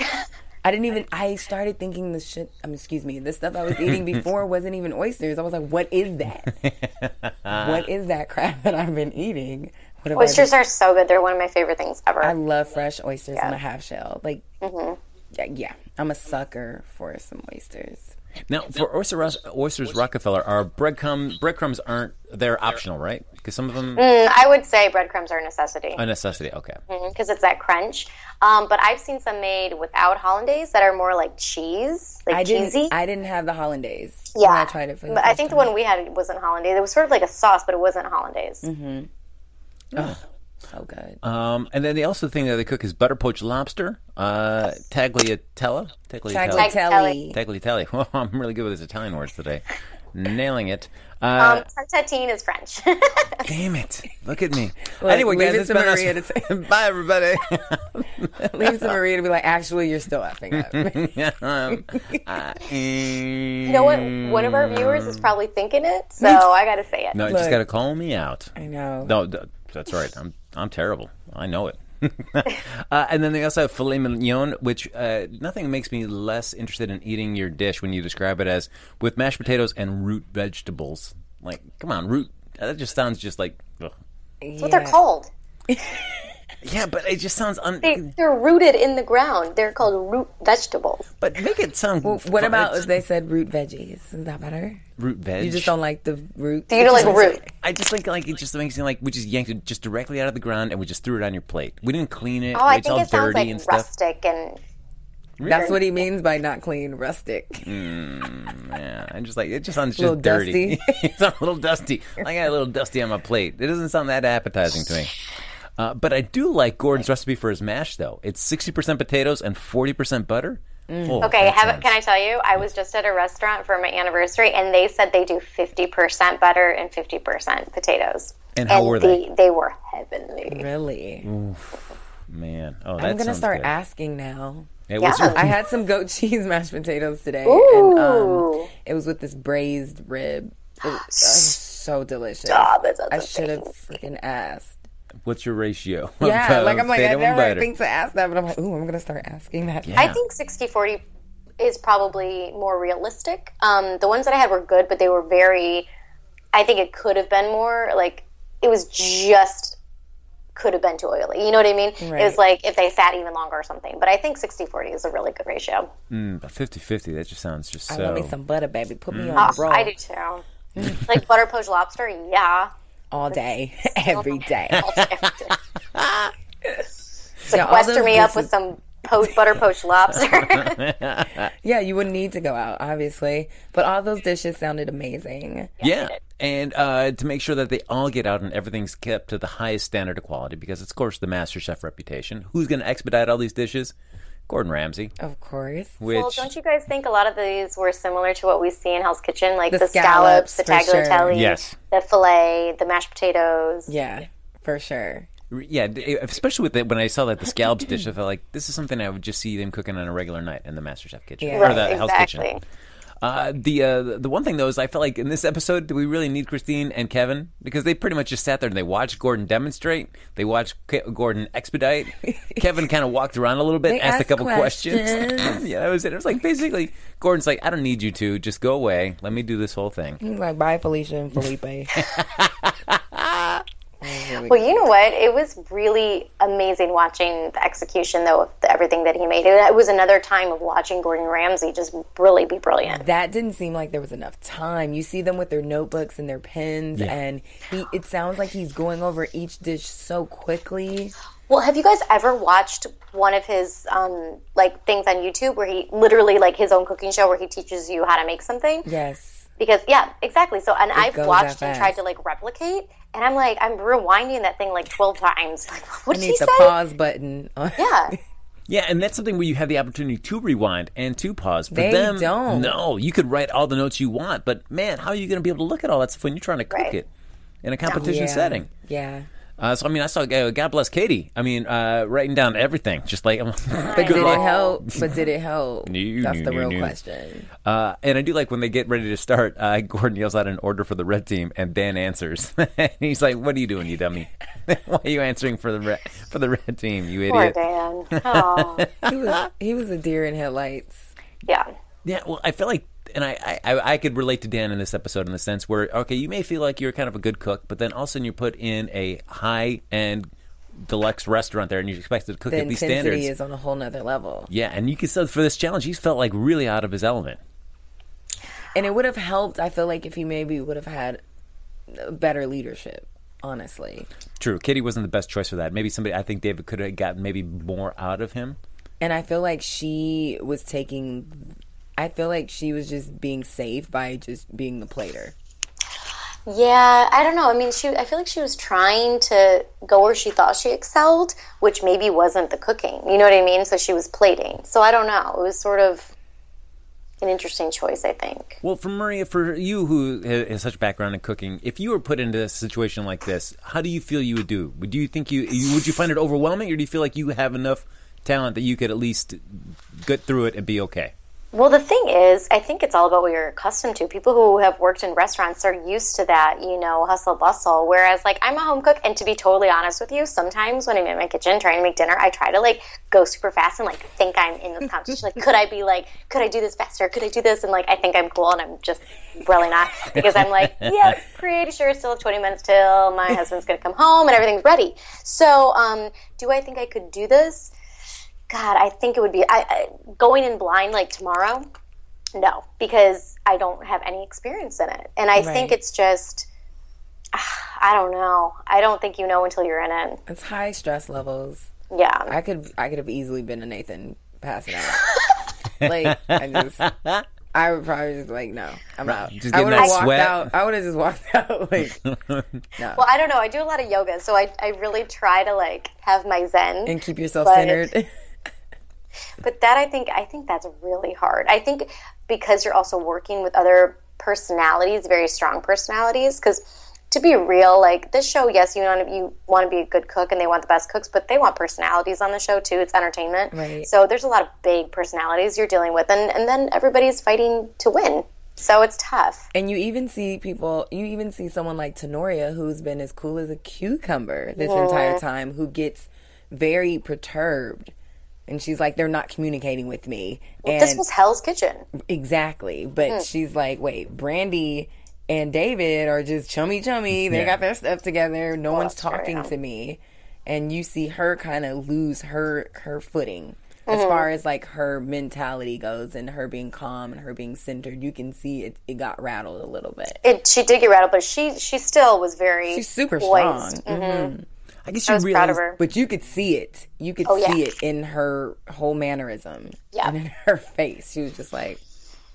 Speaker 4: I didn't even. I started thinking the shit. Um, excuse me. The stuff I was eating before wasn't even oysters. I was like, "What is that? what is that crap that I've been eating?" What have I
Speaker 5: Oysters
Speaker 4: been-
Speaker 5: are so good. They're one of my favorite things ever.
Speaker 4: I love fresh oysters on a half shell. Like,
Speaker 5: Mm-hmm.
Speaker 4: yeah, yeah, I'm a sucker for some oysters.
Speaker 2: Now, for oyster Ros- oysters Rockefeller, are breadcrumb breadcrumbs aren't they're optional, right? Because some of them
Speaker 5: And I would say breadcrumbs are a necessity
Speaker 2: a necessity. Okay,
Speaker 5: because it's that crunch. Um, but I've seen some made without hollandaise that are more like cheese, like
Speaker 4: I didn't.
Speaker 5: cheesy.
Speaker 4: I didn't have the hollandaise.
Speaker 5: yeah,
Speaker 4: when I tried it for the
Speaker 5: but I
Speaker 4: first
Speaker 5: think the
Speaker 4: time.
Speaker 5: one we had wasn't hollandaise. It was sort of like a sauce, but it wasn't hollandaise.
Speaker 4: Mm-hmm. so good.
Speaker 2: um, and then the also thing that they cook is butter poached lobster, uh, tagliatella, tagliatelle,
Speaker 4: Tagliatelle.
Speaker 2: tagliatelle. Well, I'm really good with these Italian words today, nailing it. Uh,
Speaker 5: Um, tartatine is French.
Speaker 2: damn it! Um, Look at me. anyway,
Speaker 4: leave
Speaker 2: guys,
Speaker 4: it
Speaker 2: it's
Speaker 4: to
Speaker 2: been us.
Speaker 4: Maria to take-
Speaker 2: Bye, everybody.
Speaker 4: Leave it to Maria to be like, actually, you're still effing up.
Speaker 2: um, I-
Speaker 5: you know what? One of our viewers
Speaker 4: Mm.
Speaker 5: is probably thinking it, so I got to say it.
Speaker 2: No, you just
Speaker 4: Look.
Speaker 2: got to call me out.
Speaker 4: I know.
Speaker 2: No, th- that's right. I'm I'm terrible. I know it. uh, and then they also have filet mignon, which uh, nothing makes me less interested in eating your dish when you describe it as with mashed potatoes and root vegetables. Like, come on, root. That just sounds just like. Ugh.
Speaker 5: That's what they're called.
Speaker 2: Yeah, but it just sounds un.
Speaker 4: Mm.
Speaker 5: They, they're rooted in the ground. They're called root vegetables.
Speaker 2: But make it sound.
Speaker 4: What about if they said root veggies? Is that better?
Speaker 2: root veg?
Speaker 4: You just don't like the root.
Speaker 5: You know, like root.
Speaker 2: I just think like it just makes me like we just yanked it just directly out of the ground and we just threw it on your plate. We didn't clean it.
Speaker 5: Oh, I
Speaker 2: it's
Speaker 5: think
Speaker 2: all
Speaker 5: it sounds
Speaker 2: dirty
Speaker 5: like
Speaker 2: and stuff.
Speaker 5: rustic and
Speaker 4: That's what he means by not clean, rustic.
Speaker 2: Yeah, I'm just like it just sounds
Speaker 4: Little
Speaker 2: just dirty.
Speaker 4: dusty.
Speaker 2: it sounds a little dusty. I got a little dusty on my plate. It doesn't sound that appetizing to me. Uh, but I do like Gordon's recipe for his mash though. It's 60% potatoes and 40% butter.
Speaker 4: Mm.
Speaker 2: Oh,
Speaker 5: Okay,
Speaker 2: that
Speaker 5: have,
Speaker 2: sounds-
Speaker 5: can I tell you? I was just at a restaurant for my anniversary, and they said they do fifty percent butter and fifty percent potatoes.
Speaker 2: And how were they?
Speaker 5: They, they were heavenly.
Speaker 4: Really?
Speaker 2: Man, oh, that
Speaker 4: I'm gonna
Speaker 2: sounds
Speaker 4: start
Speaker 2: good.
Speaker 4: asking now.
Speaker 2: Hey, what's
Speaker 5: Yeah.
Speaker 2: your-
Speaker 4: I had some goat cheese mashed potatoes today, and um,
Speaker 5: Ooh.
Speaker 4: it was with this braised rib. It was, uh, so delicious.
Speaker 5: Stop, it's
Speaker 4: I
Speaker 5: other
Speaker 4: should have
Speaker 5: things.
Speaker 4: freaking asked.
Speaker 2: what's your ratio? uh,
Speaker 4: Yeah, like I'm like I
Speaker 2: potato and
Speaker 4: never
Speaker 2: butter?
Speaker 4: think to ask that, but I'm like, ooh, I'm gonna start asking that.
Speaker 5: I think 60-40 is probably more realistic. Um, the ones that I had were good, but they were very. I think it could have been more. Like it was just could have been too oily. You know what I mean? It
Speaker 4: Right.
Speaker 5: was like if they sat even longer or something. But I think 60-40 is a really good ratio.
Speaker 2: But 50-50, that just sounds just
Speaker 4: I
Speaker 2: so. Mm.
Speaker 4: love me some butter, baby. Put me on
Speaker 5: Oh,
Speaker 4: the roll
Speaker 5: I do too. like butter poached lobster, yeah.
Speaker 4: all day, every day.
Speaker 5: it's
Speaker 4: Yeah,
Speaker 5: like
Speaker 4: all
Speaker 5: western
Speaker 4: those
Speaker 5: me up
Speaker 4: dishes-
Speaker 5: with some po- butter poached lobster.
Speaker 4: Yeah, you wouldn't need to go out, obviously. But all those dishes sounded amazing.
Speaker 2: yeah. And uh, to make sure that they all get out and everything's kept to the highest standard of quality, because it's, of course, the master chef reputation. Who's going to expedite all these dishes? Gordon Ramsay.
Speaker 4: Of course.
Speaker 2: Which
Speaker 5: Well, don't you guys think a lot of these were similar to what we see in Hell's Kitchen, like
Speaker 4: The
Speaker 5: the, scallops, the
Speaker 4: scallops, for sure.
Speaker 5: tagliatelle,
Speaker 2: Yes.
Speaker 5: the filet, the mashed potatoes?
Speaker 4: Yeah, for sure.
Speaker 2: Yeah, d- eh, especially with it, when I saw that the scallops dish, I felt like this is something I would just see them cooking on a regular night in the MasterChef kitchen
Speaker 4: Yeah.
Speaker 2: or
Speaker 5: Right,
Speaker 2: the Hell's
Speaker 5: exactly.
Speaker 2: kitchen. Uh, the uh, the one thing though is I felt like in this episode, do we really need Christine and Kevin because they pretty much just sat there and they watched Gordon demonstrate, they watched Ke- Gordon expedite. Kevin kind of walked around a little bit,
Speaker 4: They
Speaker 2: asked a
Speaker 4: asked
Speaker 2: couple
Speaker 4: questions.
Speaker 2: yeah, that was it. It was like basically Gordon's like, I don't need you to just go away. Let me do this whole thing.
Speaker 4: He's like, bye, Felicia and Felipe.
Speaker 5: Well, you know what? It was really amazing watching the execution, though, of the, everything that he made. It was another time of watching Gordon Ramsay just really be brilliant.
Speaker 4: that didn't seem like there was enough time. You see them with their notebooks and their pens, and he, it sounds like he's going over each dish so quickly.
Speaker 5: Well, have you guys ever watched one of his um, like things on YouTube where he literally like his own cooking show where he teaches you how to make something?
Speaker 4: Yes.
Speaker 5: Because yeah, exactly. So and I've
Speaker 4: goes
Speaker 5: watched
Speaker 4: that
Speaker 5: and
Speaker 4: fast.
Speaker 5: tried to like replicate, and I'm like I'm rewinding that thing like twelve times. Like what
Speaker 4: I
Speaker 5: did
Speaker 4: need
Speaker 5: he
Speaker 4: the
Speaker 5: say?
Speaker 4: pause button. on-
Speaker 5: Yeah,
Speaker 2: Yeah, and that's something where you have the opportunity to rewind and to pause. For
Speaker 4: They
Speaker 2: them,
Speaker 4: don't.
Speaker 2: No, you could write all the notes you want, but man, how are you going to be able to look at all that stuff when you're trying to cook
Speaker 5: Right.
Speaker 2: it in a competition
Speaker 4: Yeah.
Speaker 2: setting?
Speaker 4: Yeah.
Speaker 2: Uh, so I mean, I saw uh, God bless Katie. I mean, uh, writing down everything, just like
Speaker 4: But
Speaker 2: good
Speaker 4: did it
Speaker 2: luck.
Speaker 4: help? But did it help?
Speaker 2: No,
Speaker 4: That's
Speaker 2: no,
Speaker 4: the
Speaker 2: no,
Speaker 4: real
Speaker 2: no.
Speaker 4: question.
Speaker 2: Uh, and I do like when they get ready to start. Uh, Gordon yells out an order for the red team, and Dan answers. and he's like, "What are you doing, you dummy? Why are you answering for the red for the red team, you
Speaker 5: poor
Speaker 2: idiot?"
Speaker 5: Dan. Oh,
Speaker 4: He was he was a deer in headlights.
Speaker 5: yeah.
Speaker 2: Yeah, well, I feel like, and I, I, I could relate to Dan in this episode in the sense where, okay, you may feel like you're kind of a good cook, but then all of a sudden you're put in a high end deluxe restaurant there and you're expected to cook
Speaker 4: The
Speaker 2: at these standards.
Speaker 4: intensity is on a whole nother level.
Speaker 2: yeah, and you can so for this challenge, he's felt like really out of his element.
Speaker 4: And it would have helped, I feel like, if he maybe would have had better leadership, honestly.
Speaker 2: True, Kitty wasn't the best choice for that. Maybe somebody, I think David could have gotten maybe more out of him.
Speaker 4: And I feel like she was taking, I feel like she was just being saved by just being the plater.
Speaker 5: Yeah, I don't know. I mean, she. I feel like she was trying to go where she thought she excelled, which maybe wasn't the cooking. You know what I mean? So she was plating. So I don't know. It was sort of an interesting choice, I think.
Speaker 2: Well, for Maria, for you who ha- has such background in cooking, if you were put into a situation like this, how do you feel you would do? Would you think you, you would you find it overwhelming, or do you feel like you have enough talent that you could at least get through it and be okay?
Speaker 5: Well, the thing is, I think it's all about what you're accustomed to. People who have worked in restaurants are used to that, you know, hustle bustle. Whereas, like, I'm a home cook, and to be totally honest with you, sometimes when I'm in my kitchen trying to make dinner, I try to like go super fast and like think I'm in this competition. like, could I be like, could I do this faster? Could I do this? And like, I think I'm cool, and I'm just really not because I'm like, yeah, pretty sure it's still 20 minutes till my husband's gonna come home and everything's ready. So, um, do I think I could do this? God, I think it would be I, I, going in blind like tomorrow. No, because I don't have any experience in it, and I think it's just I don't know. I don't think you know until you're in it.
Speaker 4: It's high stress levels.
Speaker 5: Yeah,
Speaker 4: I could, I could have easily been a Nathan passing out. like, I just. I would probably just like no, I'm out.
Speaker 2: Just
Speaker 4: I
Speaker 2: getting
Speaker 4: would have
Speaker 2: that
Speaker 4: walked
Speaker 2: sweat.
Speaker 4: out. I would have just walked out. Like
Speaker 5: well, I don't know. I do a lot of yoga, so I I really try to like have my zen
Speaker 4: and keep yourself
Speaker 5: But-
Speaker 4: centered.
Speaker 5: but that I think I think that's really hard. I think because you're also working with other personalities, very strong personalities. Because to be real, like this show, yes, you want to, you want to be a good cook, and they want the best cooks, but they want personalities on the show too. It's entertainment,
Speaker 4: Right.
Speaker 5: so there's a lot of big personalities you're dealing with, and and then everybody's fighting to win, so it's tough.
Speaker 4: And you even see people, you even see someone like Tenoria, who's been as cool as a cucumber this entire time, who gets very perturbed. And she's like, they're not communicating with me. And
Speaker 5: this was Hmm. Hell's Kitchen.
Speaker 4: exactly. But she's like, wait, Brandy and David are just chummy chummy. They got their stuff together. No one's
Speaker 5: that's fair,
Speaker 4: talking
Speaker 5: yeah.
Speaker 4: to me. and you see her kind of lose her her footing as
Speaker 5: Mm-hmm.
Speaker 4: far as like her mentality goes and her being calm and her being centered. You can see it, it got rattled a little bit.
Speaker 5: It, she did get rattled, but she she still was very
Speaker 4: She's super
Speaker 5: poised.
Speaker 4: strong.
Speaker 2: I guess
Speaker 5: I
Speaker 2: you
Speaker 5: was
Speaker 2: realize
Speaker 5: proud of her.
Speaker 4: But you could see it. You could
Speaker 5: Oh, yeah.
Speaker 4: see it in her whole mannerism.
Speaker 5: Yeah.
Speaker 4: And in her face. She was just like,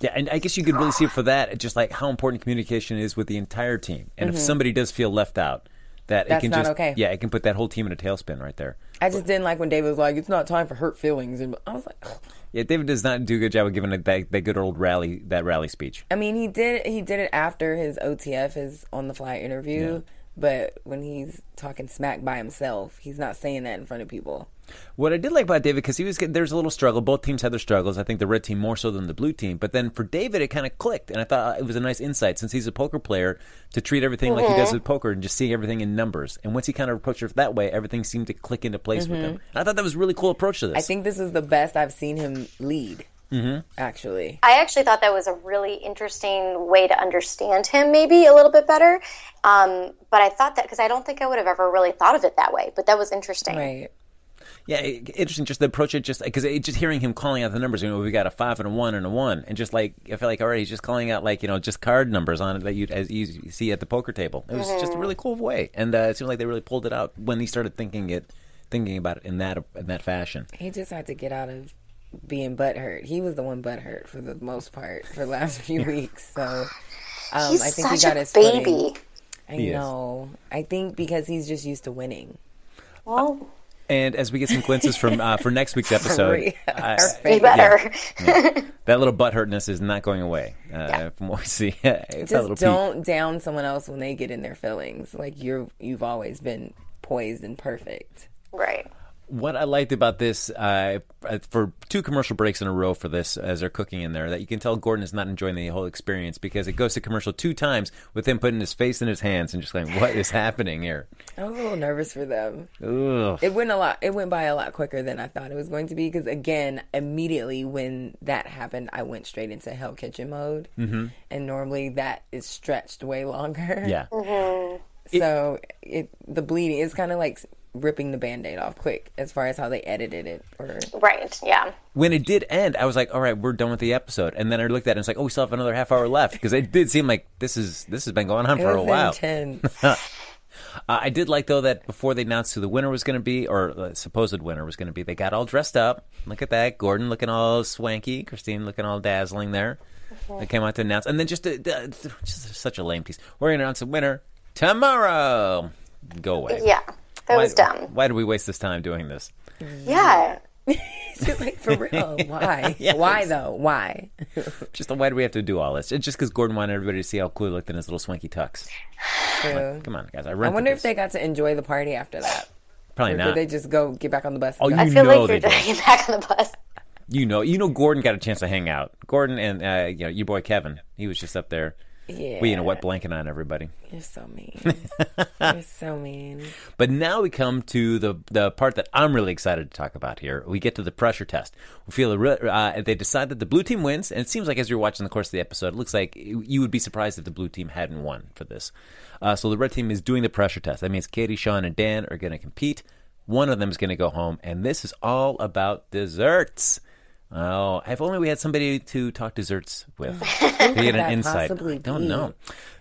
Speaker 2: Yeah, and I guess you could really see it for that, just like how important communication is with the entire team. And if somebody does feel left out, that
Speaker 4: Mm-hmm. That's
Speaker 2: it can
Speaker 4: not
Speaker 2: just
Speaker 4: okay.
Speaker 2: yeah, it can put that whole team in a tailspin right there.
Speaker 4: I just didn't like when David was like, it's not time for hurt feelings. And I was like, "Ugh."
Speaker 2: Yeah, David does not do a good job of giving it that, that good old rally that rally speech.
Speaker 4: I mean, he did, he did it after his OTF, his on the fly interview. But when he's talking smack by himself, he's not saying that in front of people.
Speaker 2: What I did like about David because he was getting, there's a little struggle. Both teams had their struggles. I think the red team more so than the blue team. But then for David, it kind of clicked, and I thought uh, it was a nice insight since he's a poker player to treat everything like he does with poker and just see everything in numbers. And once he kind of approached it that way, everything seemed to click into place with him. And I thought that was a really cool approach to this.
Speaker 4: I think this is the best I've seen him lead, mm-hmm. actually.
Speaker 5: I actually thought that was a really interesting way to understand him, maybe a little bit better. Um, but I thought that because I don't think I would have ever really thought of it that way. But that was interesting.
Speaker 4: Right.
Speaker 2: Yeah, i- interesting. Just the approach. It just because just hearing him calling out the numbers. You know, we got a five and a one and a one, and just like I feel like already he's just calling out like you know just card numbers on it that you as you see at the poker table. It was just a really cool way, and uh, it seemed like they really pulled it out when he started thinking it, thinking about it in that in that fashion.
Speaker 4: He just had to get out of being butthurt. He was the one butthurt for the most part for the last few weeks. So um,
Speaker 5: He's
Speaker 4: I think he
Speaker 5: such
Speaker 4: got
Speaker 5: a
Speaker 4: his
Speaker 5: baby.
Speaker 4: footing. I
Speaker 2: He is.
Speaker 4: know. I think because he's just used to winning.
Speaker 5: Well,
Speaker 2: And as we get some glimpses from uh, for next week's episode,
Speaker 4: Sorry.
Speaker 2: uh,
Speaker 4: Our
Speaker 5: be
Speaker 4: favorite.
Speaker 5: better.
Speaker 2: that little butt hurtness is not going away. Uh, From what we see, it's that little peak.
Speaker 4: Just don't down someone else when they get in their feelings. Like you're, you've always been poised and perfect.
Speaker 5: right.
Speaker 2: What I liked about this, uh, for two commercial breaks in a row for this, as they're cooking in there, that you can tell Gordon is not enjoying the whole experience because it goes to commercial two times with him putting his face in his hands and just going, "What is happening here?"
Speaker 4: I was a little nervous for them.
Speaker 2: Ugh.
Speaker 4: It went a lot. It went by a lot quicker than I thought it was going to be. Because again, immediately when that happened, I went straight into Hell Kitchen mode, mm-hmm. and normally that is stretched way longer.
Speaker 2: Yeah,
Speaker 4: So it the bleeding is kind of like ripping the band-aid off quick as far as how they edited it or
Speaker 5: Right. Yeah.
Speaker 2: when it did end, I was like, "All right, we're done with the episode." And then I looked at it and it's like, "Oh, we still have another half hour left," because it did seem like this is this has been going on
Speaker 4: it
Speaker 2: for a
Speaker 4: was
Speaker 2: while.
Speaker 4: intense.
Speaker 2: Uh, I did like though that before they announced who the winner was going to be, or uh, supposed winner was going to be, they got all dressed up. Look at that, Gordon looking all swanky, Christine looking all dazzling there. They came out to announce, and then just, uh, uh, just such a lame piece. We're going to announce a winner tomorrow. Go away.
Speaker 5: Yeah. That
Speaker 2: Why-
Speaker 5: was dumb.
Speaker 2: Why did we waste this time doing this?
Speaker 5: Yeah.
Speaker 4: Just like for real, why? Why though? Why?
Speaker 2: Oh Just why do we have to do all this? It's just because Gordon wanted everybody to see how cool he looked in his little swanky tux.
Speaker 4: True.
Speaker 2: Come on, guys. I,
Speaker 4: I
Speaker 2: rented
Speaker 4: wonder if
Speaker 2: this.
Speaker 4: they got to enjoy the party after that.
Speaker 2: probably
Speaker 4: Or did
Speaker 2: not.
Speaker 4: they just go get back on the bus?
Speaker 2: oh,
Speaker 4: And
Speaker 2: you
Speaker 5: I feel
Speaker 2: know
Speaker 5: like
Speaker 2: they
Speaker 5: you're
Speaker 2: did.
Speaker 5: dragging back on the bus.
Speaker 2: You know, you know, Gordon got a chance to hang out. Gordon and uh, you know your boy Kevin, he was just up there,
Speaker 4: go? Yeah.
Speaker 2: being a wet blanket on everybody.
Speaker 4: You're so mean. You're so mean.
Speaker 2: But now we come to the the part that I'm really excited to talk about here. We get to the pressure test. We feel a real, uh, they decide that the blue team wins, and it seems like as you're watching the course of the episode, it looks like you would be surprised if the blue team hadn't won for this. Uh, so the red team is doing the pressure test. That means Katie, Sean, and Dan are going to compete. One of them is going to go home, and this is all about desserts. Oh, if only we had somebody to talk desserts with to get
Speaker 4: that
Speaker 2: an insight.
Speaker 4: possibly
Speaker 2: I don't
Speaker 4: be?
Speaker 2: know.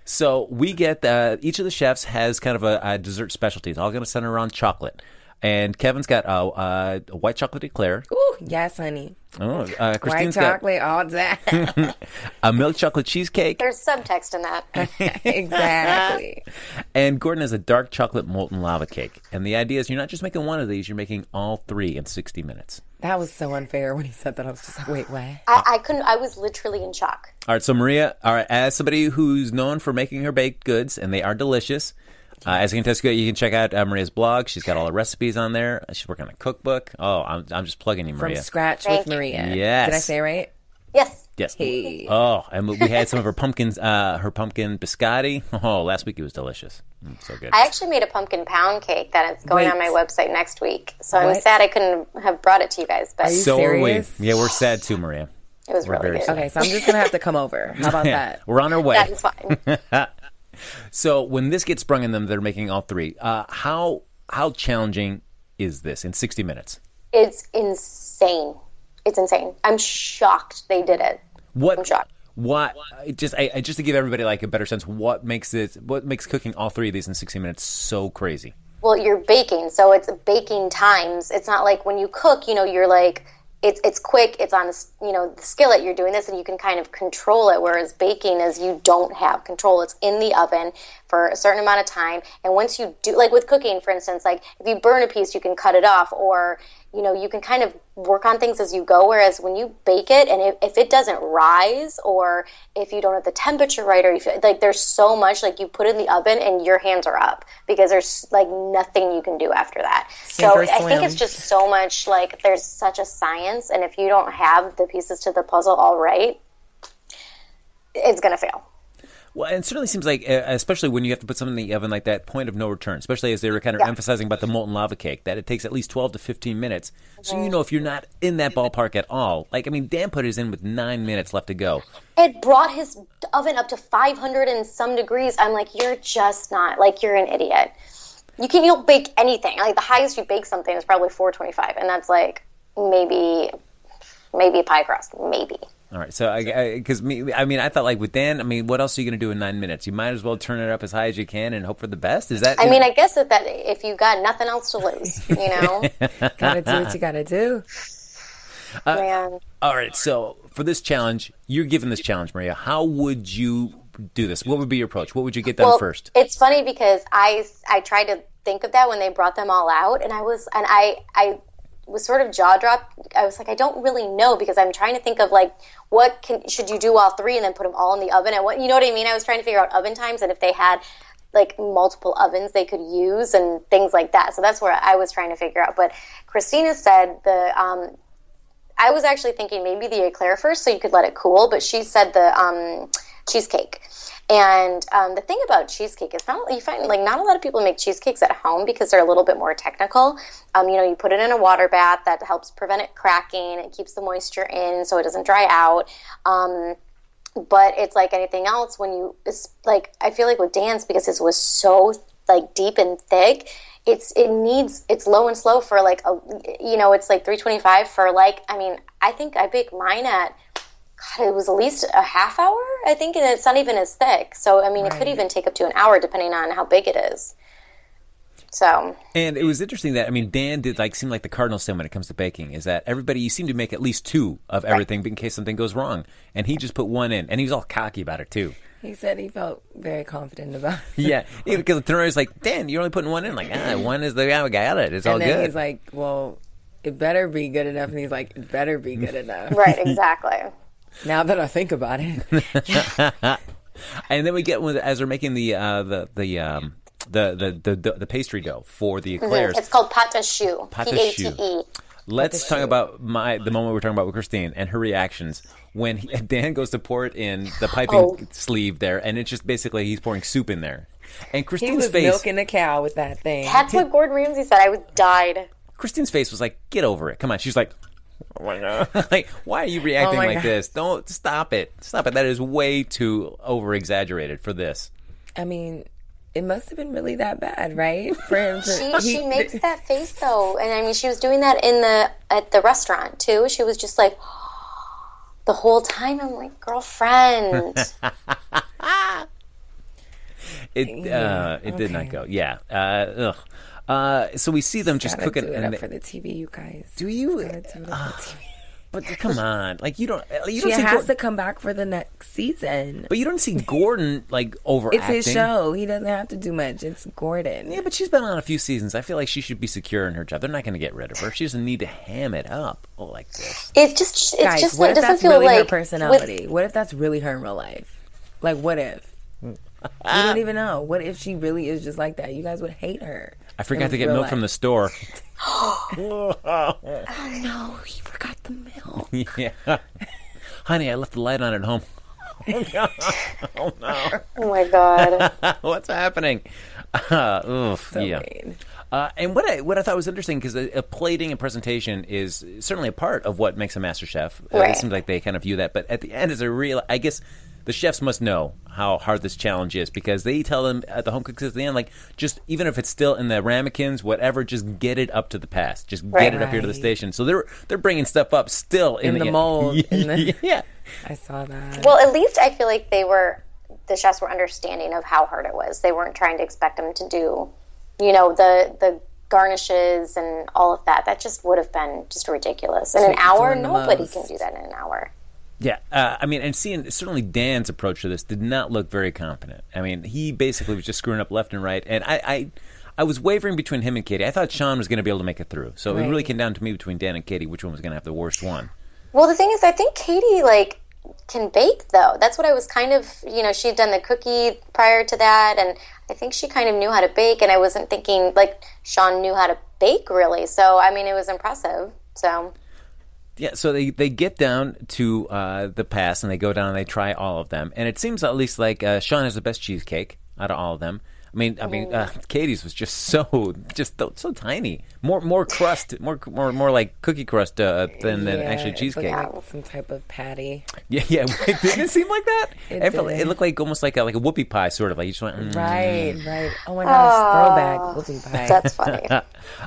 Speaker 2: So we get uh, each of the chefs has kind of a, a dessert specialty. It's all going to center around chocolate. And Kevin's got uh, uh, a white chocolate eclair.
Speaker 4: Ooh, yes, honey.
Speaker 2: Oh, uh,
Speaker 4: White
Speaker 2: Christine's got
Speaker 4: chocolate all day.
Speaker 2: a milk chocolate cheesecake,
Speaker 5: There's subtext in that.
Speaker 4: exactly.
Speaker 2: and Gordon has a dark chocolate molten lava cake. And the idea is you're not just making one of these; you're making all three in 60 minutes.
Speaker 4: That was so unfair when he said that. I was just like, wait, what?
Speaker 5: I, I couldn't. I was literally in shock.
Speaker 2: All right, so Maria, all right, as somebody who's known for making her baked goods, and they are delicious. Uh, as a contestant, you can check out uh, Maria's blog. She's got all the recipes on there. She's working on a cookbook. Oh, I'm, I'm just plugging you,
Speaker 4: From
Speaker 2: Maria.
Speaker 4: scratch
Speaker 5: Thank
Speaker 4: with
Speaker 5: you.
Speaker 4: Maria.
Speaker 2: Yes.
Speaker 4: Did I say it right?
Speaker 5: Yes.
Speaker 2: Yes.
Speaker 4: Hey.
Speaker 2: Oh, and we had some of her pumpkins, uh, her pumpkin biscotti. Oh, last week it was delicious. Mm, so good.
Speaker 5: I actually made a pumpkin pound cake that is going on my
Speaker 4: Wait.
Speaker 5: website next week. So I'm
Speaker 4: What?
Speaker 5: sad I couldn't have brought it to you guys, but
Speaker 4: you-
Speaker 2: so
Speaker 4: serious?
Speaker 2: are we. Yeah, we're sad too, Maria.
Speaker 5: it was
Speaker 2: We're
Speaker 5: really
Speaker 2: very
Speaker 5: good.
Speaker 2: sorry.
Speaker 4: Okay, so I'm just gonna have to come over. How about
Speaker 2: Yeah,
Speaker 4: that?
Speaker 2: we're on our way.
Speaker 5: That is fine.
Speaker 2: So when this gets sprung in them, they're making all three. Uh, how how challenging is this in 60 minutes?
Speaker 5: It's insane. It's insane. I'm shocked they did it.
Speaker 2: What?
Speaker 5: I'm shocked.
Speaker 2: What? I Just I, I- just to give everybody like a better sense, what makes this? What makes cooking all three of these in 60 minutes so crazy?
Speaker 5: Well, you're baking, so it's baking times. It's not like when you cook, you know, you're like it's it's quick, it's on a s- you know the skillet. You're doing this, and you can kind of control it. Whereas baking is you don't have control. It's in the oven for a certain amount of time, and once you do, like with cooking, for instance, like if you burn a piece, you can cut it off, or you know you can kind of work on things as you go. Whereas when you bake it, and if, if it doesn't rise, or if you don't have the temperature right, or if, like there's so much like you put in the oven and your hands are up because there's like nothing you can do after that. so
Speaker 4: Sink or
Speaker 5: I think
Speaker 4: swim.
Speaker 5: it's just so much like there's such a science, and if you don't have the pieces to the puzzle all right, it's gonna fail.
Speaker 2: Well, it certainly seems like, uh, especially when you have to put something in the oven like that, point of no return. Especially as they were kind of
Speaker 5: Yeah.
Speaker 2: emphasizing about the molten lava cake, that it takes at least twelve to fifteen minutes. So you know if you're not in that ballpark at all. Like I mean, Dan put his in with nine minutes left to go.
Speaker 5: It brought his oven up to 500 and some degrees. I'm like, you're just not like you're an idiot. You can you'll bake anything. Like the highest you bake something is probably 425, and that's like maybe maybe a pie crust, maybe.
Speaker 2: All right, so I because me, I mean, I thought like with Dan, I mean, what else are you going to do in nine minutes? You might as well turn it up as high as you can and hope for the best. Is that?
Speaker 5: I mean, I guess that, that if you got nothing else to lose, you know,
Speaker 4: gotta do what you gotta do.
Speaker 5: man.
Speaker 2: all right. So for this challenge, you're given this challenge, Maria. How would you do this? What would be your approach? What would you get done
Speaker 5: Well,
Speaker 2: first?
Speaker 5: It's funny because I I tried to think of that when they brought them all out, and I was and I I was sort of jaw dropped. I was like, I don't really know because I'm trying to think of like what can should you do all three and then put them all in the oven and what you know what I mean. I was trying to figure out oven times and if they had like multiple ovens they could use and things like that. So that's where I was trying to figure out. But Christina said the um, I was actually thinking maybe the eclair first, so you could let it cool. But she said the um, cheesecake. And um, the thing about cheesecake is not you find like not a lot of people make cheesecakes at home because they're a little bit more technical. Um, you know, you put it in a water bath that helps prevent it cracking. It keeps the moisture in so it doesn't dry out. Um, but it's like anything else when you it's like i feel like with dance because it was so like deep and thick it's it needs it's low and slow for like a you know it's like 325 for like i mean i think i baked mine at god it was at least a half hour i think and it's not even as thick so i mean it could even take up to an hour depending on how big it is so
Speaker 2: And it was interesting that I mean, Dan did like seem like the cardinal sin when it comes to baking. Is that everybody? You seem to make at least two of everything in case something goes wrong, and he just put one in, and he was all cocky about it too.
Speaker 4: He said he felt very confident about it.
Speaker 2: Yeah, because the was like, Dan, you're only putting one in. Like, ah, one is the guy who got it. It's all
Speaker 4: And then
Speaker 2: good.
Speaker 4: he's like, Well, it better be good enough. And he's like, It better be good enough.
Speaker 5: right exactly
Speaker 4: Now that I think about it.
Speaker 2: and then we get when as they're making the uh, the the um the the, the the the pastry dough for the eclairs.
Speaker 5: it's called pate choux
Speaker 2: Pate
Speaker 5: p-a-t-e
Speaker 2: Let's talk about my the moment we we're talking about with Christine and her reactions when he, Dan goes to pour it in the piping
Speaker 5: Oh.
Speaker 2: sleeve there, and it's just basically he's pouring soup in there. And
Speaker 4: He
Speaker 2: Christine's
Speaker 4: was
Speaker 2: face,
Speaker 4: milking a cow with that thing.
Speaker 5: that's what gordon ramsay said i was died
Speaker 2: Christine's face was like, "Get over it, come on." She's like, "Oh my god, like why are you reacting
Speaker 4: Oh my
Speaker 2: like
Speaker 4: God.
Speaker 2: this? Don't stop it, stop it. That is way too over exaggerated for this."
Speaker 4: I mean, it must have been really that bad, right? For him
Speaker 5: she,
Speaker 4: to,
Speaker 5: she makes that face though, and I mean, she was doing that in the at the restaurant too. She was just like the whole time. I'm like, girlfriend,
Speaker 2: It uh, it did not go. Yeah. Uh, ugh. Uh, so we see them just
Speaker 4: gotta
Speaker 2: cooking.
Speaker 4: do it Ah.
Speaker 2: and
Speaker 4: up
Speaker 2: they-
Speaker 4: for the TV, you guys.
Speaker 2: do you?
Speaker 4: Gotta do it up for the TV.
Speaker 2: But come on, like you don't. You
Speaker 4: She
Speaker 2: don't see
Speaker 4: has
Speaker 2: Gordon,
Speaker 4: to come back for the next season.
Speaker 2: But you don't see Gordon like
Speaker 4: It's
Speaker 2: overacting.
Speaker 4: his show. He doesn't have to do much. It's Gordon.
Speaker 2: Yeah, but she's been on a few seasons. I feel like she should be secure in her job. They're not going to get rid of her. She doesn't need to ham it up like this.
Speaker 5: it's just it's
Speaker 4: Guys,
Speaker 5: just
Speaker 4: what
Speaker 5: it
Speaker 4: if
Speaker 5: doesn't
Speaker 4: that's
Speaker 5: feel
Speaker 4: really
Speaker 5: like
Speaker 4: her
Speaker 5: with-
Speaker 4: personality? what if that's really her in real life? Like, what if? We don't even know. What if she really is just like that? You guys would hate her.
Speaker 2: I forgot to get
Speaker 4: real
Speaker 2: milk from the
Speaker 4: life.
Speaker 2: store.
Speaker 4: No, you forgot the milk.
Speaker 2: yeah. Honey, I left the light on at home.
Speaker 5: oh my god,
Speaker 2: What's happening? Uh, oof, yeah.
Speaker 4: Wait.
Speaker 2: Uh, and what I what I thought was interesting because a, a plating and presentation is certainly a part of what makes a master chef. Uh,
Speaker 5: Right.
Speaker 2: It seems like they kind of view that, but at the end, is a real. I guess the chefs must know how hard this challenge is because they tell them at the home cooks at the end, like, just even if it's still in the ramekins, whatever, just get it up to the pass. Just get
Speaker 5: Right.
Speaker 2: it up here to the
Speaker 4: Right.
Speaker 2: station. So they're they're bringing stuff up still in,
Speaker 4: In the mold, in the-
Speaker 2: yeah.
Speaker 4: I saw that.
Speaker 5: Well, at least I feel like they were the chefs were understanding of how hard it was. They weren't trying to expect them to do, you know, the the garnishes and all of that. That just would have been just ridiculous. In an hour,
Speaker 4: doing the
Speaker 5: nobody
Speaker 4: most.
Speaker 5: can do that in an hour.
Speaker 2: Yeah, uh, I mean, and seeing certainly Dan's approach to this did not look very competent. I mean, he basically was just screwing up left and right, and I, I, I was wavering between him and Katie. I thought Sean was going to be able to make it through, so it really
Speaker 4: Right.
Speaker 2: came down to me between Dan and Katie, which one was going to have the worst one.
Speaker 5: Well, the thing is, I think Katie like can bake though. That's what I was kind of, you know, she'd done the cookie prior to that, and I think she kind of knew how to bake. And I wasn't thinking like Sean knew how to bake really. So I mean, it was impressive. So
Speaker 2: Yeah, so they, they get down to uh, the pass and they go down and they try all of them, and it seems at least like uh, Sean has the best cheesecake out of all of them. I mean, I mean, uh,
Speaker 4: Oh.
Speaker 2: Katie's was just so just so, so tiny, more more crust, more more more like cookie crust uh, than than
Speaker 4: Yeah,
Speaker 2: actually
Speaker 4: it
Speaker 2: cheesecake.
Speaker 4: looked like some type of patty.
Speaker 2: Yeah, yeah. It didn't seem like that. It, felt-
Speaker 4: did.
Speaker 2: it looked like almost like a, like a whoopie pie, sort of like you just went. mm.
Speaker 4: Right, right. Oh my gosh, throwback. Whoopie pie.
Speaker 5: that's funny.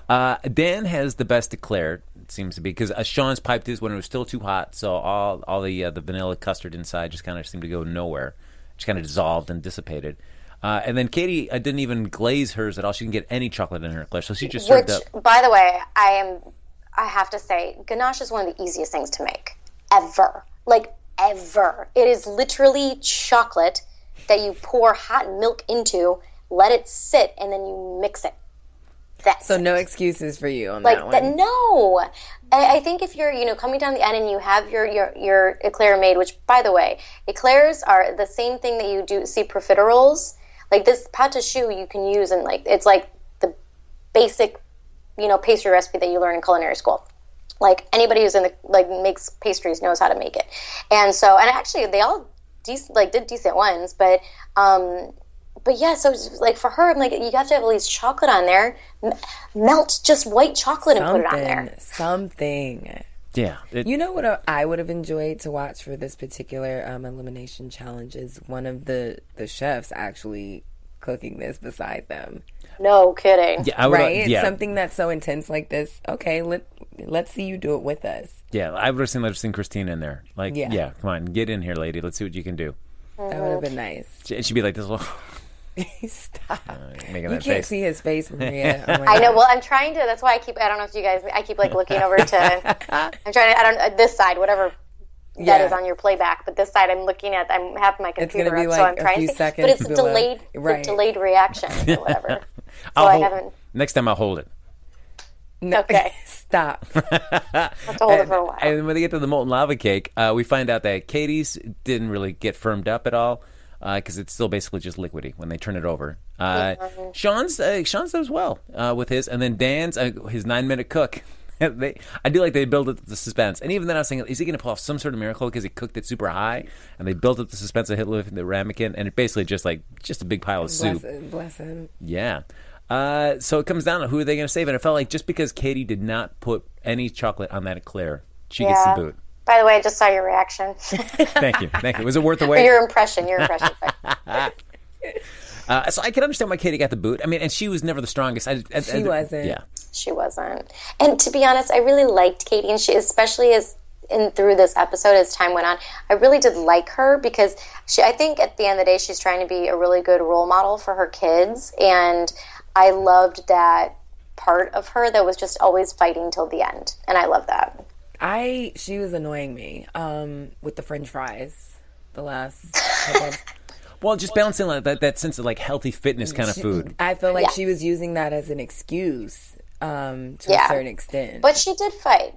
Speaker 2: Uh, Dan has the best eclair. It seems to be because uh, Sean's piped his when it was still too hot, so all all the uh, the vanilla custard inside just kind of seemed to go nowhere, just kind of dissolved and dissipated. Uh, and then Katie uh, didn't even glaze hers at all. She didn't get any chocolate in her eclair, so she just served
Speaker 5: Which,
Speaker 2: up.
Speaker 5: by the way, I am. I have to say, ganache is one of the easiest things to make ever. Like ever, it is literally chocolate that you pour hot milk into, let it sit, and then you mix it. That's
Speaker 4: So no excuses for you on that
Speaker 5: like
Speaker 4: one.
Speaker 5: that. No, I, I think if you're you know coming down the end and you have your your your eclair made, which by the way, eclairs are the same thing that you do see profiteroles. Like this pâte à choux you can use and like it's like the basic you know pastry recipe that you learn in culinary school like anybody who's in the like makes pastries knows how to make it and so and actually they all decent like did decent ones but um but yeah so it's like for her i'm like you have to have at least chocolate on there M- melt just white chocolate and put it on
Speaker 4: something,
Speaker 5: there
Speaker 4: something.
Speaker 2: Yeah, it-
Speaker 4: You know what uh, I would have enjoyed to watch for this particular um, elimination challenge is one of the the chefs actually cooking this beside them,
Speaker 5: no kidding
Speaker 2: yeah, I would, uh,
Speaker 4: right?
Speaker 2: yeah,
Speaker 4: Something that's so intense like this. Okay, let let's see you do it with us.
Speaker 2: yeah. I would have seen, I'd have seen Christine in there. Like, yeah.
Speaker 4: Yeah.
Speaker 2: come on, get in here, lady. Let's see what you can do.
Speaker 4: That would have been nice.
Speaker 2: She, and she'd be like this little
Speaker 4: Stop.
Speaker 2: making
Speaker 4: You
Speaker 2: that
Speaker 4: can't
Speaker 2: face.
Speaker 4: see his face, Maria. Oh my
Speaker 5: I know.
Speaker 4: God.
Speaker 5: Well, I'm trying to. That's why I keep. I don't know if you guys. I keep like looking over to. I'm trying to. I don't. uh, This side, whatever that
Speaker 4: Yeah.
Speaker 5: is on your playback, but this side I'm looking at. I'm have my
Speaker 4: gonna
Speaker 5: computer
Speaker 4: be
Speaker 5: up, so
Speaker 4: like
Speaker 5: I'm
Speaker 4: a
Speaker 5: trying
Speaker 4: few
Speaker 5: to. think,
Speaker 4: seconds
Speaker 5: but it's a
Speaker 4: below.
Speaker 5: delayed, the
Speaker 4: Right.
Speaker 5: delayed reaction or whatever.
Speaker 2: I'll
Speaker 5: I
Speaker 2: hold-
Speaker 5: haven't-
Speaker 2: Next time, I'll hold it.
Speaker 4: No,
Speaker 5: okay.
Speaker 4: Stop.
Speaker 5: Have to hold it for a while.
Speaker 2: And then when they get to the molten lava cake, uh, we find out that Katie's didn't really get firmed up at all because it's still basically just liquidy when they turn it over. Uh,
Speaker 5: Mm-hmm.
Speaker 2: Sean's uh, Sean's does well uh, with his, and then Dan's uh, his nine minute cook. they, I do like they build up the suspense, and even then I was thinking, is he going to pull off some sort of miracle because he cooked it super high, and they built up the suspense of Hitler with the ramekin, and it basically just like just a big pile of
Speaker 4: Bless
Speaker 2: soup.
Speaker 4: him. Bless him.
Speaker 2: Yeah. Uh, so it comes down to who are they going to save, and it felt like just because Katie did not put any chocolate on that eclair, she gets the
Speaker 5: Yeah.
Speaker 2: boot.
Speaker 5: By the way, I just saw your reaction.
Speaker 2: Thank you. Thank you. Was it worth the wait?
Speaker 5: your impression. Your impression.
Speaker 2: Uh, so I can understand why Katie got the boot. I mean, and she was never the strongest. I, I,
Speaker 4: She
Speaker 2: I-
Speaker 4: wasn't.
Speaker 2: Yeah.
Speaker 5: she wasn't. And to be honest, I really liked Katie, and she especially as in through this episode as time went on, I really did like her because she. I think at the end of the day, she's trying to be a really good role model for her kids, and I loved that part of her that was just always fighting till the end, and I love that.
Speaker 4: I she was annoying me um, with the French fries. The last couple of-
Speaker 2: Well, just balancing like that, that sense of like healthy fitness kind of food.
Speaker 4: I feel like she was using that as an excuse um, to
Speaker 5: Yeah.
Speaker 4: a certain extent.
Speaker 5: But she did fight.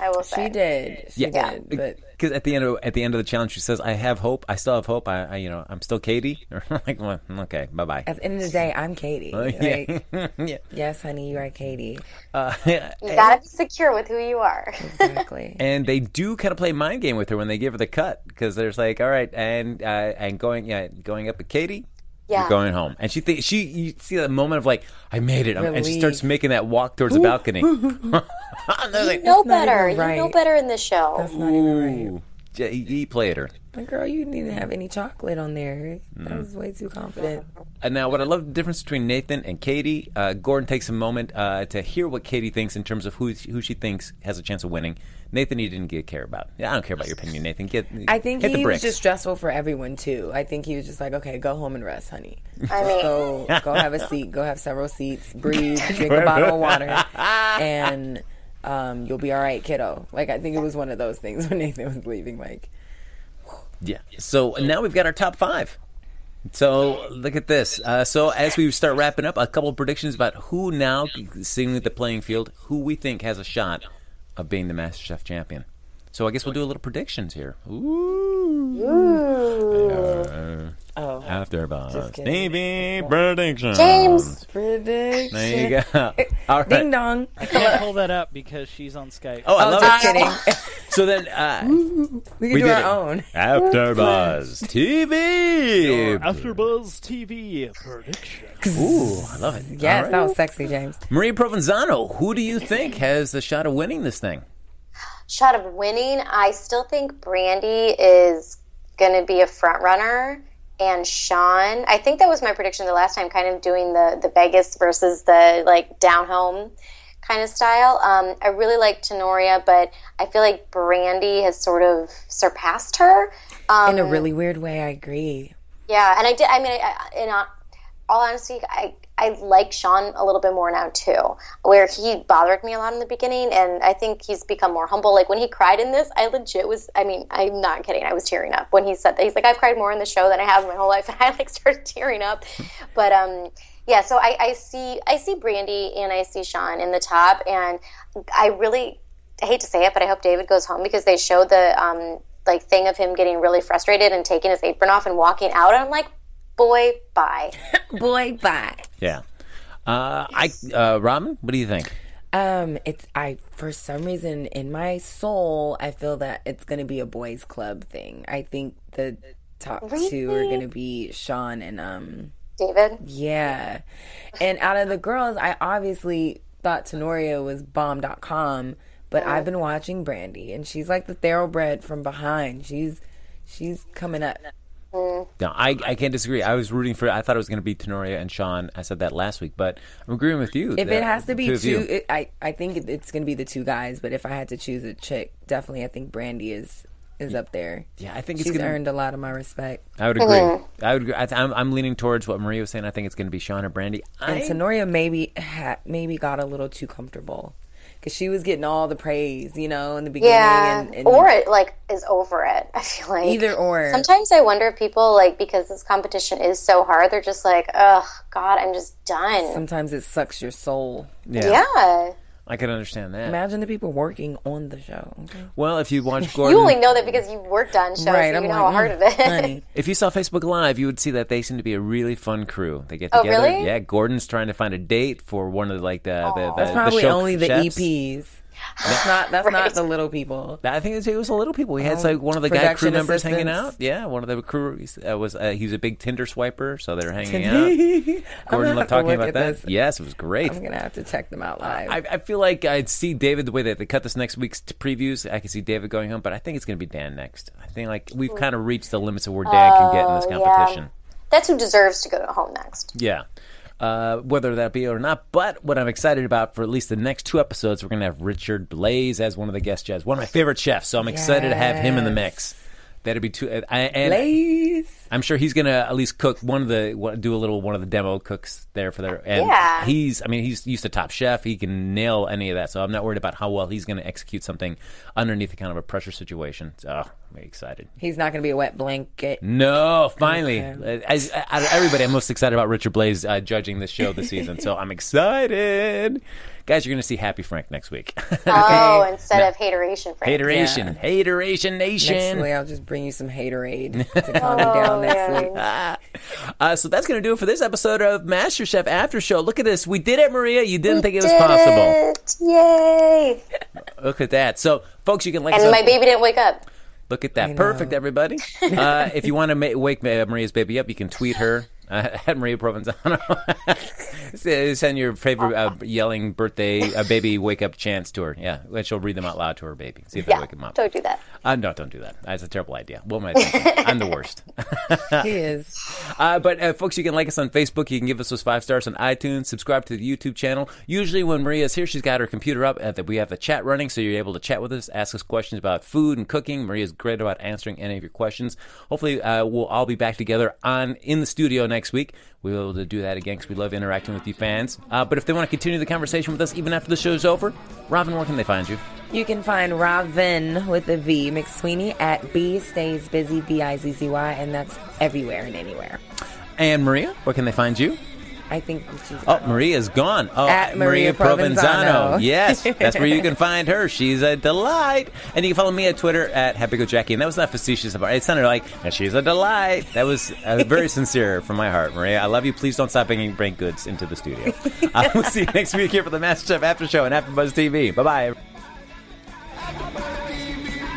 Speaker 5: I will say
Speaker 4: she did. She
Speaker 2: Yeah.
Speaker 4: did. But
Speaker 2: Because at the end of at the end of the challenge, she says, "I have hope. I still have hope. I, I you know, I'm still Katie." Or like, well, okay, bye bye.
Speaker 4: at the end of the day, I'm Katie.
Speaker 2: Oh, yeah.
Speaker 4: Like, yes, honey, you are Katie.
Speaker 5: You gotta be secure with who you are.
Speaker 4: Exactly.
Speaker 2: And they do kind of play mind game with her when they give her the cut because there's like, all right, and uh, and going yeah, going up with Katie,
Speaker 5: Yeah.
Speaker 2: you're going home. And she thinks she you see that moment of like, I made it, and she
Speaker 4: Relief.
Speaker 2: starts making that walk towards the balcony. And they're like,
Speaker 5: know
Speaker 4: not even
Speaker 5: better. You know
Speaker 4: right.
Speaker 5: better in the show.
Speaker 4: That's not even right.
Speaker 2: "Ooh." J- he played her.
Speaker 4: Like, girl, you didn't have any chocolate on there.
Speaker 2: Mm.
Speaker 4: That was way too confident.
Speaker 2: And now, what I love the difference between Nathan and Katie. Uh, Gordon takes a moment uh, to hear what Katie thinks in terms of who who she thinks has a chance of winning. Nathan, he didn't get care about. Yeah, I don't care about your opinion, Nathan. Get
Speaker 4: I think
Speaker 2: hit
Speaker 4: he
Speaker 2: the
Speaker 4: was
Speaker 2: bricks.
Speaker 4: just stressful for everyone too. I think he was just like, okay, go home and rest, honey.
Speaker 5: I mean,
Speaker 4: Go, go have a seat. Go have several seats. Breathe. Drink a bottle of water, and um, you'll be all right, kiddo. Like I think it was one of those things when Nathan was leaving. Like,
Speaker 2: Yeah. So now we've got our top five. So look at this. Uh, so as we start wrapping up, a couple of predictions about who now, seeing the playing field, who we think has a shot of being the Master Chef champion. So I guess we'll do a little predictions here. Ooh.
Speaker 4: oh,
Speaker 2: After about
Speaker 4: kidding.
Speaker 2: Stevie predictions.
Speaker 5: James.
Speaker 4: prediction.
Speaker 2: There you go. All right.
Speaker 4: Ding dong.
Speaker 6: Can't pull that up because she's on Skype.
Speaker 2: Oh, I
Speaker 4: Oh,
Speaker 2: love
Speaker 4: just
Speaker 2: it.
Speaker 4: kidding.
Speaker 2: So then, uh,
Speaker 4: We can
Speaker 2: We
Speaker 4: do
Speaker 2: did
Speaker 4: our
Speaker 2: it.
Speaker 4: own.
Speaker 2: After Buzz TV.
Speaker 6: AfterBuzz TV prediction.
Speaker 2: Ooh, I love it.
Speaker 4: Yes,
Speaker 2: All right.
Speaker 4: that was sexy, James.
Speaker 2: Maria Provenzano, who do you think has the shot of winning this thing?
Speaker 5: shot of winning, I still think Brandy is going to be a front runner. And Sean, I think that was my prediction the last time, kind of doing the the Vegas versus the like down home kind of style. Um, I really like Tenoria, but I feel like Brandy has sort of surpassed her. Um,
Speaker 4: In a really weird way, I agree.
Speaker 5: yeah, and I did. I mean, I, I- in uh, all honesty, I I like Sean a little bit more now too, where he bothered me a lot in the beginning, and I think he's become more humble. Like when he cried in this, I legit was. I mean, I'm not kidding. I was tearing up when he said that. He's like, I've cried more in the show than I have in my whole life, and I like started tearing up. But um, yeah. So I, I see I see Brandy and I see Sean in the top, and I really I hate to say it, but I hope David goes home because they showed the um, like thing of him getting really frustrated and taking his apron off and walking out. And I'm like, boy, bye.
Speaker 4: Boy, bye.
Speaker 2: Yeah. Uh, I uh, Robin, what do you think?
Speaker 4: Um, it's I for some reason in my soul I feel that it's gonna be a boys' club thing. I think the top two are gonna be Sean and um
Speaker 5: David,
Speaker 4: yeah. And out of the girls, I obviously thought Tenoria was bomb.com, but I've been watching Brandy and she's like the thoroughbred from behind. She's she's coming up.
Speaker 2: No, I, I can't disagree. I was rooting for. I thought it was going to be Tenoria and Sean. I said that last week, but I'm agreeing with you.
Speaker 4: If it has to be two,
Speaker 2: of you.
Speaker 4: it, I I think it, it's gonna be the two guys. But if I had to choose a chick, definitely I think Brandy is is up there.
Speaker 2: yeah, I think it's
Speaker 4: She's
Speaker 2: gonna.
Speaker 4: earned a lot of my respect.
Speaker 2: I would agree. I would. Agree. I th- I'm, I'm leaning towards what Maria was saying. I think it's going to be Sean or Brandy. I,
Speaker 4: And Sonoria maybe ha- maybe got a little too comfortable because she was getting all the praise, you know, in the beginning.
Speaker 5: yeah,
Speaker 4: and, and
Speaker 5: or it like is over it. I feel like
Speaker 4: Either or.
Speaker 5: Sometimes I wonder if people like because this competition is so hard, they're just like, oh God, I'm just done.
Speaker 4: sometimes it sucks your soul.
Speaker 5: Yeah.
Speaker 2: I can understand that.
Speaker 4: Imagine the people working on the show. Okay?
Speaker 2: well, if you watch
Speaker 5: You only
Speaker 2: Gordon,
Speaker 5: know that because you worked on shows.
Speaker 4: Right,
Speaker 5: so you
Speaker 4: I'm
Speaker 5: know
Speaker 4: like,
Speaker 5: how hard
Speaker 4: mm,
Speaker 5: of it. is.
Speaker 4: honey.
Speaker 2: if you saw Facebook Live, you would see that they seem to be a really fun crew. They get
Speaker 4: Oh,
Speaker 2: together.
Speaker 5: really?
Speaker 2: Yeah, Gordon's trying to find a date for one of the, like the the, the,
Speaker 4: That's probably
Speaker 2: show
Speaker 4: only the E
Speaker 2: chefs.
Speaker 4: EPs. That's not that's
Speaker 5: Right.
Speaker 4: not the little people.
Speaker 2: I think it was, it was a little people. We had like one of the guy crew
Speaker 4: Oh, production
Speaker 2: members hanging out.
Speaker 4: assistants.
Speaker 2: Yeah, one of the crew uh, was uh, he was a big Tinder swiper, so they're hanging out. Gordon
Speaker 4: gonna
Speaker 2: loved
Speaker 4: have to
Speaker 2: talking
Speaker 4: look
Speaker 2: about
Speaker 4: at
Speaker 2: that.
Speaker 4: this.
Speaker 2: Yes, it was great.
Speaker 4: I'm gonna have to check them out live.
Speaker 2: I, I feel like I'd see David the way that they cut this next week's t- previews. I can see David going home, but I think it's going to be Dan next. I think like we've kind of reached the limits of
Speaker 4: Oh,
Speaker 2: where Dan can get in this
Speaker 5: yeah.
Speaker 2: competition.
Speaker 5: That's who deserves to go to home next.
Speaker 2: Yeah. Uh, whether that be or not, but what I'm excited about for at least the next two episodes, we're gonna have Richard Blaze as one of the guest chefs, one of my favorite chefs. So I'm excited to have him in the mix. That'd be too. I, and
Speaker 4: Blaze.
Speaker 2: I'm sure he's gonna at least cook one of the what- do a little one of the demo cooks there for their and
Speaker 5: Yeah.
Speaker 2: he's I mean he's used to Top Chef he can nail any of that so I'm not worried about how well he's gonna execute something underneath the kind of a pressure situation. So, oh, I'm excited.
Speaker 4: He's not gonna be a wet blanket.
Speaker 2: No, finally, As- out of everybody, I'm most excited about Richard Blaze uh, judging this show this season. so I'm excited, guys. You're gonna see Happy Frank next week.
Speaker 5: Oh, instead of hateration, Frank.
Speaker 2: hateration, hateration
Speaker 4: Next
Speaker 2: nation.
Speaker 4: week, I'll just bring you some haterade to calm you down
Speaker 5: Oh,
Speaker 4: next week.
Speaker 2: Uh, so that's going to do it for this episode of MasterChef After Show. Look at this. We did it, Maria. You didn't think it was
Speaker 5: Did
Speaker 2: possible.
Speaker 5: it. Yay!
Speaker 2: Look at that. So, folks, you can like us
Speaker 5: And
Speaker 2: on-
Speaker 5: my baby didn't wake up.
Speaker 2: Look at that. Perfect, everybody. uh, if you want to ma- wake Ma- Maria's baby up, you can tweet her Uh, at Maria Provenzano. S- Send your favorite uh, yelling birthday uh, baby wake up chants to her. Yeah, and she'll read them out loud to her baby. See if they
Speaker 5: Yeah,
Speaker 2: wake them up.
Speaker 5: don't do that.
Speaker 2: Uh, no, don't do that. That's a terrible idea. What am I thinking? I'm the worst.
Speaker 4: He is.
Speaker 2: Uh, but uh, folks, you can like us on Facebook. You can give us those five stars on iTunes. Subscribe to the YouTube channel. Usually, when Maria's here, she's got her computer up. Uh, that we have the chat running, so you're able to chat with us, ask us questions about food and cooking. Maria's great about answering any of your questions. Hopefully, uh, we'll all be back together on in the studio next week. We'll be able to do that again because we love interacting with you fans. Uh, but if they want to continue the conversation with us even after the show's over, Robin, where can they find you?
Speaker 4: You can find Robin with a V McSweeney at B Stays Busy B I Z Z Y, and that's everywhere and anywhere.
Speaker 2: And Maria, where can they find you?
Speaker 4: I think she's.
Speaker 2: Oh, Maria's gone. Oh,
Speaker 4: At Maria Provenzano.
Speaker 2: Yes, that's where you can find her. She's a delight. And you can follow me at Twitter at Happy Go Jackie. And that was not facetious about it. sounded like, and she's a delight. That was uh, very sincere from my heart, Maria. I love you. Please don't stop bringing brand goods into the studio. I will see you next week here for the MasterChef After Show and After Buzz TV. Bye bye.